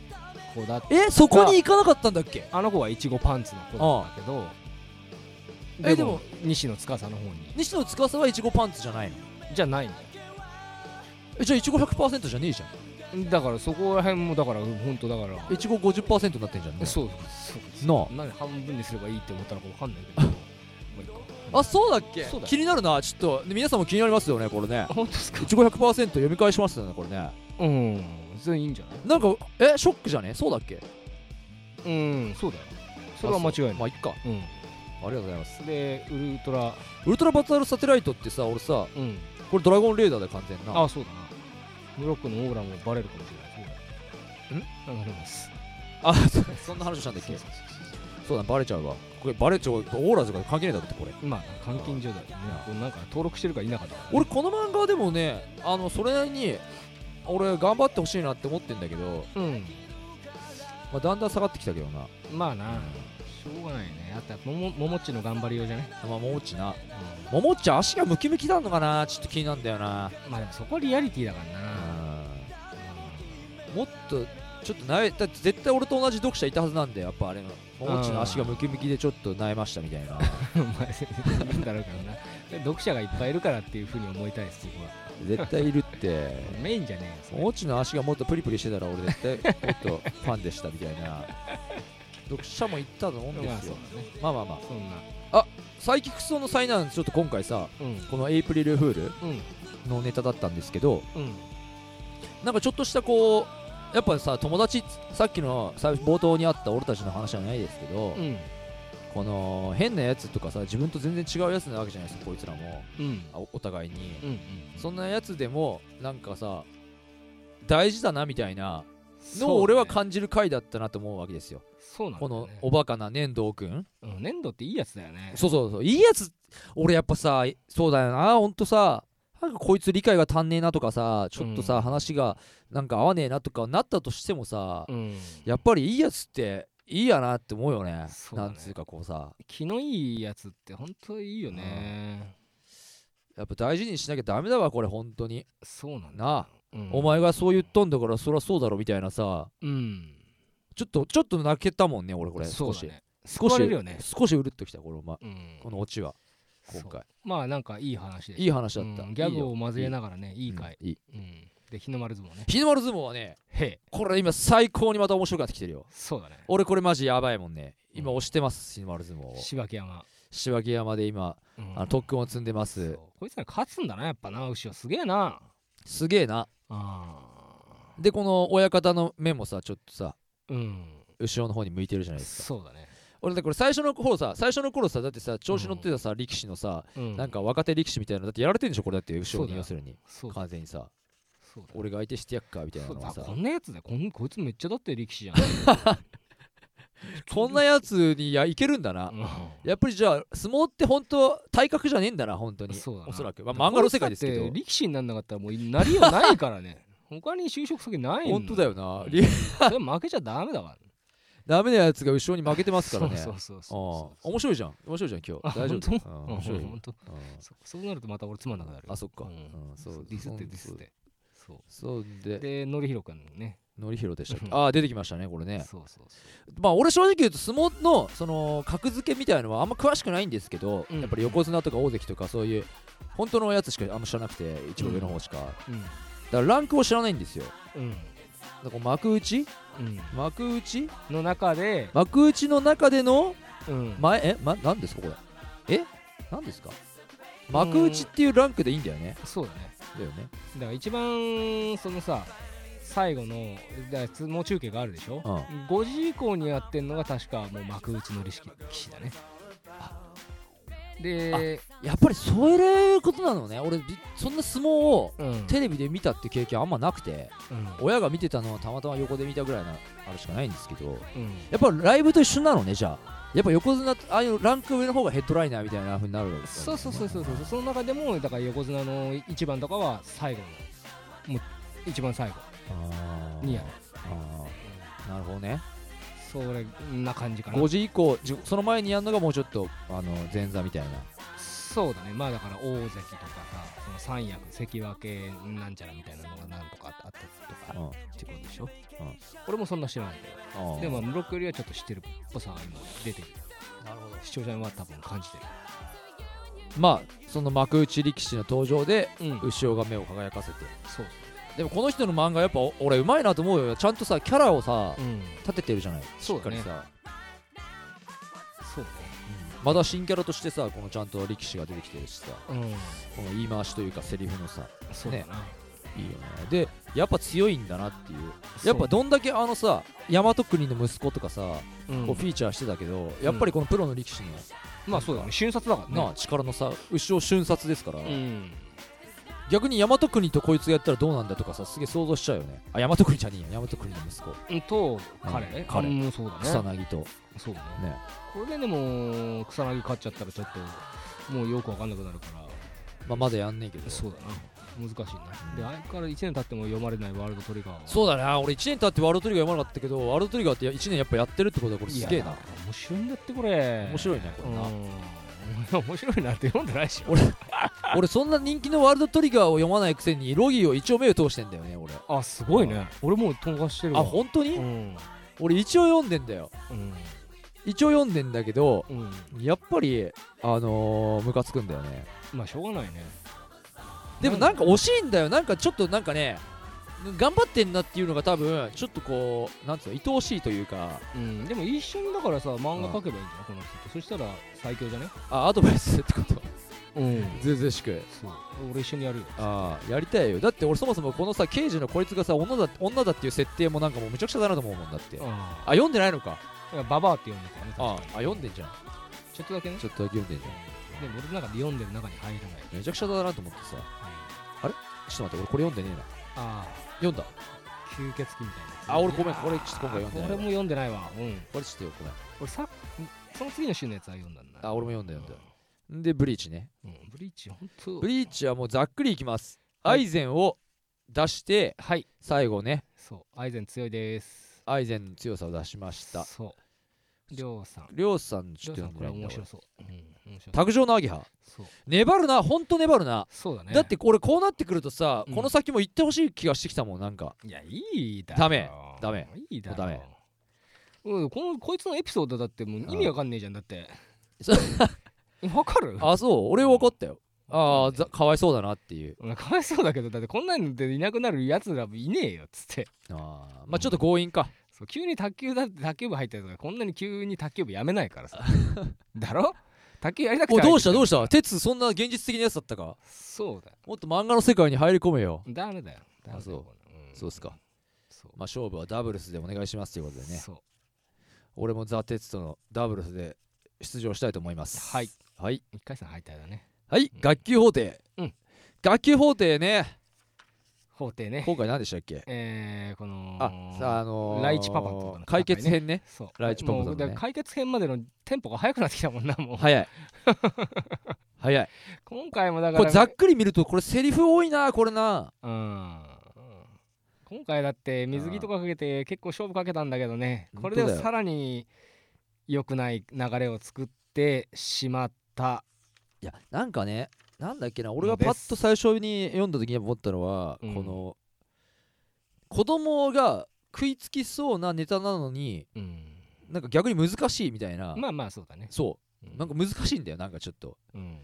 Speaker 5: だ
Speaker 3: えそこに行かなかったんだっけ
Speaker 5: あの子はいちごパンツの子だったけど
Speaker 3: あえ
Speaker 5: でも西野司の方に
Speaker 3: 西野司はいちごパンツじゃないの
Speaker 5: じゃないん
Speaker 3: えじゃあいちご100%じゃねえじゃ
Speaker 5: だよだからそこら辺もだから本当だから
Speaker 3: んいちご50%になってんじゃんね
Speaker 5: そうそう
Speaker 3: な
Speaker 5: なんで半分にすればいいって思ったのかわかんないけどまあいいか
Speaker 3: あそうだっけ
Speaker 5: そうだよ
Speaker 3: 気になるなちょっとで皆さんも気になりますよねこれね
Speaker 5: 本当ですか
Speaker 3: いちご100%読み返しましたねこれね
Speaker 5: うん全然いいんじゃない
Speaker 3: なんかえショックじゃねそうだっけ
Speaker 5: うんそうだよそれは間違いない
Speaker 3: まあいっか
Speaker 5: う
Speaker 3: ありがとうございます
Speaker 5: んでウルトラ
Speaker 3: ウルトラバトルサテライトってさ俺さ
Speaker 5: うん
Speaker 3: これドラゴンレーダーで完全な
Speaker 5: あそうだなブロックのオーラもバレるかもしれないそうだん流れます
Speaker 3: あそそんな話をしたんだっけそうだバレちゃうわこれバレちゃうオーラとか関係ねえだろってこれ
Speaker 5: まあ監禁所だよねこれなんか登録してるか否かとか
Speaker 3: 俺この漫画はでもねあのそれなりに俺頑張ってほしいなって思ってんだけど、
Speaker 5: うん
Speaker 3: まあ、だんだん下がってきたけどな
Speaker 5: まあなしょうがないねあとやっぱももももっちの頑張りようじゃね、
Speaker 3: まあももちなももち足がムキムキなのかなちょっと気になるんだよな
Speaker 5: まあでもそこはリアリティだから
Speaker 3: う
Speaker 5: な、
Speaker 3: んもっとちょっと悩だって絶対俺と同じ読者いたはずなんでやっぱあれももちの足がムキムキでちょっと悩ましたみた いな
Speaker 5: お前いるんだろうからな読者がいっぱいいるからっていうふうに思いたいです僕は
Speaker 3: 絶対いるって
Speaker 5: メインじゃねえ
Speaker 3: も
Speaker 5: よ
Speaker 3: もちの足がもっとプリプリしてたら俺絶対もっとファンでしたみたいな読者も言ったと思うん
Speaker 5: それ
Speaker 3: で
Speaker 5: まあ
Speaker 3: す
Speaker 5: そう
Speaker 3: よ
Speaker 5: だね
Speaker 3: まあまあまあ
Speaker 5: そんな
Speaker 3: サイキクソの災難ちょっと今回さ
Speaker 5: うん
Speaker 3: このエイプリルフール
Speaker 5: うん
Speaker 3: のネタだったんですけど
Speaker 5: うん
Speaker 3: なんかちょっとしたこうやっぱさ友達さっきのさ冒頭にあった俺たちの話じゃないですけど、
Speaker 5: うん
Speaker 3: この変なやつとかさ自分と全然違うやつなわけじゃないですかこいつらも
Speaker 5: うん
Speaker 3: あおお互いに、
Speaker 5: うん
Speaker 3: そんなやつでもなんかさ大事だなみたいな
Speaker 5: そうだね
Speaker 3: のを俺は感じる回だったなと思うわけですよ、
Speaker 5: そうなんだ
Speaker 3: こ
Speaker 5: よね
Speaker 3: のおバカな粘土くん
Speaker 5: うん粘土っていいやつだよね
Speaker 3: そうそうそういいやつ俺やっぱさそうだよなほんとさなんかこいつ理解が足んねえなとかさちょっとさ、
Speaker 5: うん
Speaker 3: 話がなんか合わねえなとかなったとしてもさ、
Speaker 5: うん
Speaker 3: やっぱりいいやつっていいやなって思うよね
Speaker 5: そうだね
Speaker 3: なんつうかこうさ
Speaker 5: 気のいいやつって本当いいよね
Speaker 3: やっぱ大事にしなきゃダメだわこれ本当に
Speaker 5: そうなんだ
Speaker 3: なあ、
Speaker 5: うん
Speaker 3: お前がそう言っとんだからそりゃそうだろみたいなさ
Speaker 5: うん
Speaker 3: ちょっとちょっと泣けたもんね俺これ
Speaker 5: そ
Speaker 3: 少
Speaker 5: う
Speaker 3: し、
Speaker 5: だね
Speaker 3: 少
Speaker 5: 救わ
Speaker 3: し
Speaker 5: れるよね
Speaker 3: 少しうるっときたこの,、ま、
Speaker 5: うん
Speaker 3: このオチは今回
Speaker 5: まあなんかいい話で
Speaker 3: いい話だった、
Speaker 5: うんギャグ
Speaker 3: い
Speaker 5: を
Speaker 3: いよ
Speaker 5: 交えながらねいい回
Speaker 3: うんいい
Speaker 5: うんで日の丸相撲ね
Speaker 3: 日の丸相撲はね
Speaker 5: へえ
Speaker 3: これ今最高にまた面白くなってきてるよ
Speaker 5: そうだね
Speaker 3: 俺これマジやばいもんね今
Speaker 5: うん
Speaker 3: 押してます、日の丸相撲を
Speaker 5: 柴木山
Speaker 3: 柴木山で今
Speaker 5: うん
Speaker 3: あの特訓を積んでま
Speaker 5: そ
Speaker 3: す
Speaker 5: うこいつら勝つんだなやっぱな牛はすげえな
Speaker 3: すげえな
Speaker 5: あ
Speaker 3: でこの親方の目もさちょっとさ
Speaker 5: ーうん
Speaker 3: 後ろの方に向いてるじゃないですか
Speaker 5: そうだね
Speaker 3: 俺だこれ最初の頃さ最初の頃さだってさ調子乗ってたさ、力士のさ、
Speaker 5: うん
Speaker 3: なんか若手力士みたいなのだってやられてんでしょこれだって後
Speaker 5: そ
Speaker 3: ろ
Speaker 5: うだ
Speaker 3: に
Speaker 5: よ
Speaker 3: 要するに
Speaker 5: そうだ
Speaker 3: 完全にさ
Speaker 5: そうだ
Speaker 3: 俺が相手してやっかみたいな
Speaker 5: そう
Speaker 3: のが
Speaker 5: だ
Speaker 3: さ
Speaker 5: こんなやつだよこんこいつめっちゃだって力士じゃん
Speaker 3: こんなやつにいやいけるんだな、
Speaker 5: うん
Speaker 3: やっぱりじゃあ相撲って本当体格じゃねえんだな本当に
Speaker 5: そうだな
Speaker 3: おそらく、まあ、漫画の世界ですけ
Speaker 5: こいつだ
Speaker 3: ど
Speaker 5: って力士になんなかったらもうなりようないから ね他に就職先ない
Speaker 3: 本当だ
Speaker 5: よ
Speaker 3: よな、
Speaker 5: うん
Speaker 3: リ
Speaker 5: それ負けちゃダメだから
Speaker 3: ダメなやつが後ろに負けてますからね
Speaker 5: そうそうそうそう
Speaker 3: うん面白いじゃん面白いじゃん今
Speaker 5: あ
Speaker 3: 日大丈夫
Speaker 5: 本
Speaker 3: うん
Speaker 5: うん
Speaker 3: 面白いよ
Speaker 5: 本当
Speaker 3: うん
Speaker 5: そそうなるとまた俺つまんなくなる
Speaker 3: あそっか、
Speaker 5: う
Speaker 3: うんんそ
Speaker 5: そううディスっ
Speaker 3: そ
Speaker 5: て
Speaker 3: う
Speaker 5: ディスってそ
Speaker 3: そう
Speaker 5: う
Speaker 3: で
Speaker 5: で典弘君ね
Speaker 3: のりひろでしたっけ
Speaker 5: うん
Speaker 3: ああ出てきましたねこれね
Speaker 5: そうそうそ
Speaker 3: まあ俺正直言うと相撲のその格付けみたいのはあんま詳しくないんですけど、
Speaker 5: うん
Speaker 3: やっぱり横綱とか大関とかそういう本当のやつしかあんま知らなくて一番上の方しか、だか
Speaker 5: ううん
Speaker 3: らランクを知らないんですよ
Speaker 5: うん
Speaker 3: だから幕内
Speaker 5: うん
Speaker 3: 幕内
Speaker 5: の中で
Speaker 3: 幕内の中での
Speaker 5: うん
Speaker 3: 前え、ま、何ですかこれえ何ですか幕内っていうランクでいいんだよね
Speaker 5: そうだね
Speaker 3: だよね
Speaker 5: だから一番そのさ最後のだから相撲中継があるでしょ、
Speaker 3: う
Speaker 5: 5時以降にやってんのが確かもう幕内の力士だねで
Speaker 3: やっぱりそういうことなのね俺びそんな相撲を
Speaker 5: うん、うん
Speaker 3: テレビで見たって経験あんまなくて親が見てたのはたまたま横で見たぐらいなあれしかないんですけど
Speaker 5: うん
Speaker 3: やっぱライブと一緒なのねじゃあやっぱ横綱ああいうランク上の方がヘッドライナーみたいな風になるわけです
Speaker 5: そうそうそうそうそうその中でもだから横綱の一番とかは最後のもう一番最後
Speaker 3: あー
Speaker 5: にやる
Speaker 3: あーなるほどね
Speaker 5: それな感じかな
Speaker 3: 5時以降じその前にやるのがもうちょっとあの前座みたいな
Speaker 5: そうだねまあだから大関とかさその三役関脇なんちゃらみたいなのがなんとかあったとか
Speaker 3: うん
Speaker 5: ってことでしょ、
Speaker 3: うん
Speaker 5: 俺もそんな知らないけど
Speaker 3: あー
Speaker 5: でもまあムロックよりはちょっと知ってるっぽさが今出てる
Speaker 3: なるほど
Speaker 5: 視聴者は多分感じて
Speaker 3: まあその幕内力士の登場で
Speaker 5: るうん
Speaker 3: 牛尾が目を輝かせて
Speaker 5: そう
Speaker 3: でもこの人の漫画やっぱお俺うまいなと思うよちゃんとさキャラをさ
Speaker 5: うん
Speaker 3: 立ててるじゃない
Speaker 5: そう
Speaker 3: しっか
Speaker 5: だね
Speaker 3: りさ
Speaker 5: そう
Speaker 3: まだ新キャラとしてさこのちゃんと力士が出てきてるしさ
Speaker 5: だね
Speaker 3: この言い回しというかセリフのさ
Speaker 5: うんそうだな、
Speaker 3: いいよねでやっぱ強いんだなっていう
Speaker 5: そう
Speaker 3: やっぱどんだけあのさ大和国の息子とかさ、
Speaker 5: うん
Speaker 3: こうフィーチャーしてたけどやっぱりこのプロの力士の、
Speaker 5: まあそうだね瞬殺だからね
Speaker 3: なあ力のさ牛尾瞬殺ですから、
Speaker 5: うん
Speaker 3: 逆に大和国とこいつがやったらどうなんだとかさすげえ想像しちゃうよねあ大和国じゃねえや大和国の息子
Speaker 5: と彼、
Speaker 3: うん彼
Speaker 5: うんそう
Speaker 3: 草
Speaker 5: だね
Speaker 3: 薙とね
Speaker 5: そうだねこれででも草薙勝っちゃったらちょっともうよく分かんなくなるから
Speaker 3: まあ、まだやんねえけど
Speaker 5: そうだな難しいな、
Speaker 3: うん
Speaker 5: であれから1年経っても読まれないワールドトリガーは
Speaker 3: そうだな俺1年経ってワールドトリガー読まなかったけどワールドトリガーって1年やっぱやってるってことはこれすげえ
Speaker 5: い
Speaker 3: な
Speaker 5: や面白いんだってこれ
Speaker 3: 面白いねこれな、
Speaker 5: うん 面白いなって読んでないでしょ
Speaker 3: 俺そんな人気のワールドトリガーを読まないくせにロギーを一応目を通してんだよね俺
Speaker 5: あすごいね俺もう飛ばしてるわ
Speaker 3: あ本当に、
Speaker 5: うん
Speaker 3: 俺一応読んでんだよ
Speaker 5: うん
Speaker 3: 一応読んでんだけど
Speaker 5: うん
Speaker 3: やっぱりあのー、ムカつくんだよね
Speaker 5: まあしょうがないね
Speaker 3: でもなんか惜しいんだよなんかちょっとなんかね頑張ってんなっていうのが多分ちょっとこうなんつうの愛おしいというか
Speaker 5: うんでも一緒にだからさ漫画描けばいいんじゃないこの人とそしたら最強じゃね
Speaker 3: あアドバイスってこと
Speaker 5: うん
Speaker 3: ずうずうしく
Speaker 5: そう俺一緒にやるよ
Speaker 3: ああやりたいよだって俺そもそもこのさ刑事のこいつがさ女だ女だっていう設定もなんかもうむちゃくちゃだなと思うもんだってあ
Speaker 5: あ
Speaker 3: 読んでないのか
Speaker 5: ババアって読んでたよね
Speaker 3: ああ
Speaker 5: 確かに
Speaker 3: 読んでんじゃん
Speaker 5: ちょっとだけね
Speaker 3: ちょっとだけ読んでんじゃん
Speaker 5: でも俺の中で読んでる中に入らない
Speaker 3: めちゃくちゃだなと思ってさちょっと待って俺これ読んでねえな
Speaker 5: あ
Speaker 3: 読んだ
Speaker 5: あ吸血鬼みたいなやつ
Speaker 3: あ俺ごめんこれちょっと今回読んでない
Speaker 5: 俺も読んでないわうん
Speaker 3: これちょっとごめん
Speaker 5: 俺さその次の週のやつは読んだんだ
Speaker 3: あ俺も読んだ読んだんでブリーチね
Speaker 5: うんブリーチ本当
Speaker 3: ブリーチはもうざっくりいきます
Speaker 5: は
Speaker 3: ア
Speaker 5: い
Speaker 3: イゼンを出して
Speaker 5: はい
Speaker 3: 最後ね
Speaker 5: そうアイゼン強いです
Speaker 3: アイゼンの強さを出しました
Speaker 5: そうりょうさん
Speaker 3: りょうさんち
Speaker 5: り
Speaker 3: ょ
Speaker 5: ょ
Speaker 3: っと読ん
Speaker 5: うさんこ
Speaker 3: で
Speaker 5: れ
Speaker 3: ないんだ
Speaker 5: 面白
Speaker 3: 俺
Speaker 5: そううん面白そう
Speaker 3: 卓上のアゲハ
Speaker 5: そう
Speaker 3: 粘るなほんと粘るな
Speaker 5: そうだね
Speaker 3: だって俺こうなってくるとさ、
Speaker 5: うん
Speaker 3: この先も行ってほしい気がしてきたもんなんか
Speaker 5: いやいいだろ
Speaker 3: ダメダメ
Speaker 5: いいだろ
Speaker 3: ダメ
Speaker 5: うんこのこいつのエピソードだってもう意味わかんねえじゃんだって
Speaker 3: そう
Speaker 5: わかる
Speaker 3: あそう俺分かったよああざかわいそうだなっていう
Speaker 5: かわいそうだけどだってこんなのでいなくなるやつらもいねえよっつって
Speaker 3: あーまあちょっと強引か
Speaker 5: そう急に卓球だって卓球部入ったやつがこんなに急に卓球部やめないか らさだろ卓球やりたく
Speaker 3: お
Speaker 5: て
Speaker 3: どうしたど
Speaker 5: う
Speaker 3: うした鉄そんな現実的なやつだったか
Speaker 5: そうだよ
Speaker 3: もっと漫画の世界に入り込めよ
Speaker 5: ダメだよダメだよ
Speaker 3: あそう
Speaker 5: こんなうん
Speaker 3: そうっすか
Speaker 5: そう
Speaker 3: まあ勝負はダブルスでお願いしますということでね
Speaker 5: そう
Speaker 3: 俺もザ・鉄とのダブルスで出場したいと思います
Speaker 5: はい
Speaker 3: はい
Speaker 5: 一回戦敗退だね
Speaker 3: はい、
Speaker 5: うん
Speaker 3: 学級法廷、
Speaker 5: うん
Speaker 3: 学級法廷ね
Speaker 5: 法廷ね
Speaker 3: 今回何でしたっ け
Speaker 5: えー、この
Speaker 3: あさああのー、
Speaker 5: ライチパパとの戦いね
Speaker 3: 解決編ね
Speaker 5: そう
Speaker 3: ライチパパさんのね
Speaker 5: もうだから解決編までのテンポが速くなってきたもんな もう
Speaker 3: 早い 早い
Speaker 5: 今回もだから
Speaker 3: これざっくり見るとこれセリフ多いなこれな
Speaker 5: うん今回だって水着とかかけて結構勝負かけたんだけどねこれで
Speaker 3: 本当だよ
Speaker 5: さらに良くない流れを作ってしまった
Speaker 3: いやなんかねなんだっけな俺が
Speaker 5: です
Speaker 3: パッと最初に読んだ時に思ったのは、
Speaker 5: うん
Speaker 3: この子供が食いつきそうなネタなのに
Speaker 5: うん
Speaker 3: なんか逆に難しいみたいな、
Speaker 5: まあまあそうだね
Speaker 3: そううなんか難しいんだよなんかちょっと
Speaker 5: うん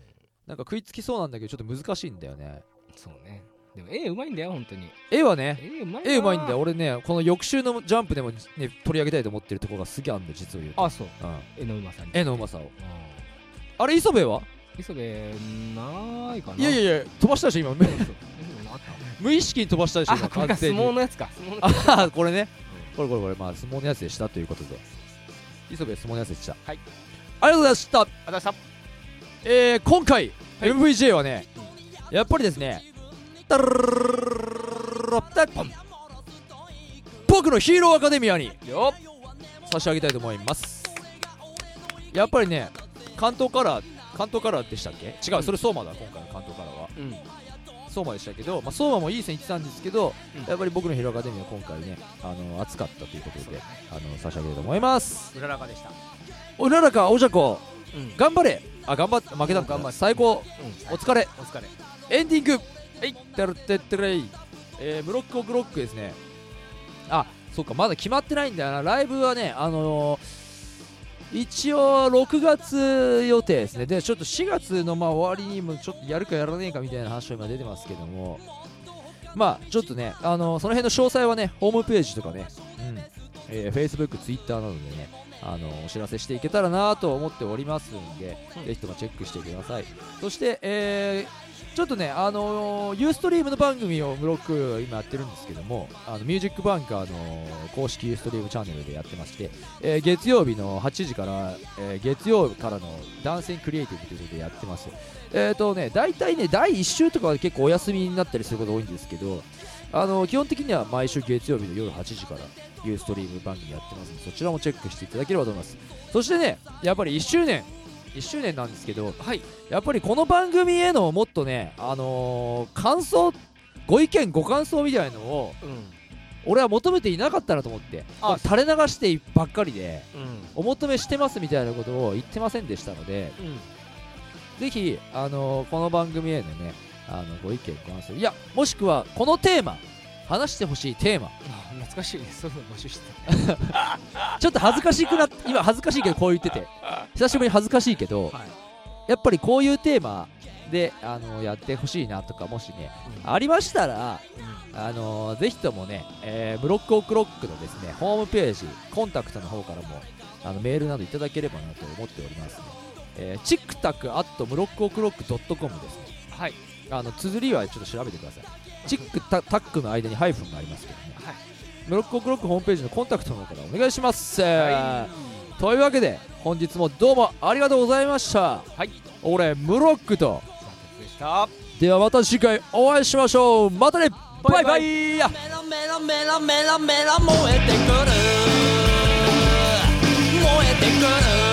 Speaker 3: なんか食いつきそうなんだけどちょっと難しいんだよね
Speaker 5: そうねでも絵うまいんだよ本当に
Speaker 3: 絵はね
Speaker 5: 絵うまいな
Speaker 3: 絵うまいんだよ俺ねこの翌週のジャンプでも、ね、取り上げたいと思ってるところがすげえあんだよ実を言うと
Speaker 5: あそう
Speaker 3: うん
Speaker 5: 絵のうまさに
Speaker 3: 絵のうまさを
Speaker 5: うん
Speaker 3: あれ磯部は
Speaker 5: 磯部ないかない
Speaker 3: いやい
Speaker 5: や
Speaker 3: やいや飛ばしたでし ょ今無
Speaker 5: あ った
Speaker 3: 無意識に飛ばしたでしょ今
Speaker 5: あこれか相撲のやつか相撲の
Speaker 3: あははこれねこれこれこれまあ相撲のやつでしたということで磯部は相撲のやつでした
Speaker 5: は
Speaker 3: あり
Speaker 5: い
Speaker 3: がとうございました
Speaker 5: あださ
Speaker 3: えー、今回 MVJ はね、やっぱりですねタルルルルルルルルルル僕のヒーローアカデミアに
Speaker 5: よ
Speaker 3: 差し上げたいと思いますやっぱりね関東カラー関東カラーでしたっけ違うそれ相馬だ今回の関東カラーは
Speaker 5: うん
Speaker 3: 相馬でしたけど、まあ、相馬もいい線いってたんですけど、
Speaker 5: うん
Speaker 3: やっぱり僕のヒーローアカデミアは今回ねあの熱かったということであの差し上げたいと思います
Speaker 5: うららかでした
Speaker 3: おならかおじゃこ
Speaker 5: うん
Speaker 3: 頑張れあ頑張って負けたんだ
Speaker 5: 頑張って
Speaker 3: 最高
Speaker 5: うん
Speaker 3: お疲れ
Speaker 5: お疲れ
Speaker 3: エンディングはいてるてってれいえー、ブロックオブロックですねあそっかまだ決まってないんだよなライブはねあのー一応6月予定ですねでちょっと4月のまあ終わりにもちょっとやるかやらねえかみたいな話が今出てますけどもまあちょっとね、あのーその辺の詳細はねホームページとかね、うんえー、Facebook、Twitter などでね、あのーお知らせしていけたらなと思っておりますんで、
Speaker 5: うん
Speaker 3: ぜひともチェックしてくださいそして、えー、ちょっとね、あのー、ユーストリームの番組をブロック今やってるんですけども、あのミュージックバンカーの公式ユーストリームチャンネルでやってまして、えー月曜日の8時から、えー月曜からのダンスインクリエイティブということでやってます。えっ、とね、大体ね、第1週とかは結構お休みになったりすること多いんですけど、あのー基本的には毎週月曜日の夜8時からユーストリーム番組やってますので、そちらもチェックしていただければと思います。そしてね、やっぱり1周年、1周年なんですけど、
Speaker 5: はい
Speaker 3: やっぱりこの番組へのもっとね、あのー感想ご意見ご感想みたいのを
Speaker 5: うん
Speaker 3: 俺は求めていなかったなと思って
Speaker 5: あ
Speaker 3: 垂れ流してばっかりで
Speaker 5: うん
Speaker 3: お求めしてますみたいなことを言ってませんでしたので
Speaker 5: うん
Speaker 3: ぜひ、あのーこの番組へのねあのご意見ご感想いやもしくはこのテーマ話してほしいテーマ
Speaker 5: あ 懐かしいねそういうの募集して た
Speaker 3: ちょっと恥ずかしくなって今恥ずかしいけどこう言ってて久しぶりに恥ずかしいけど、
Speaker 5: はい
Speaker 3: やっぱりこういうテーマで、あのーやってほしいなとかもしねありましたらあのーぜひともね、えーブロックオクロックのですねホームページコンタクトの方からもあのメールなどいただければなと思っておりますね、えー、チックタクアットブロックオクロックドットコムですね
Speaker 5: はい
Speaker 3: あの綴りはちょっと調べてくださいチックタタックの間にハイフンがありますけどね、
Speaker 5: はい
Speaker 3: ブロックオクロックホームページのコンタクトの方からお願いします、というわけで本日もどうもありがとうございました、
Speaker 5: はい、
Speaker 3: 俺ムロックと
Speaker 5: さてでした
Speaker 3: ではまた次回お会いしましょうまたねバイバ
Speaker 5: バ
Speaker 3: イ
Speaker 5: イ
Speaker 1: メロメロメロメロメロ燃えてくる燃えてくる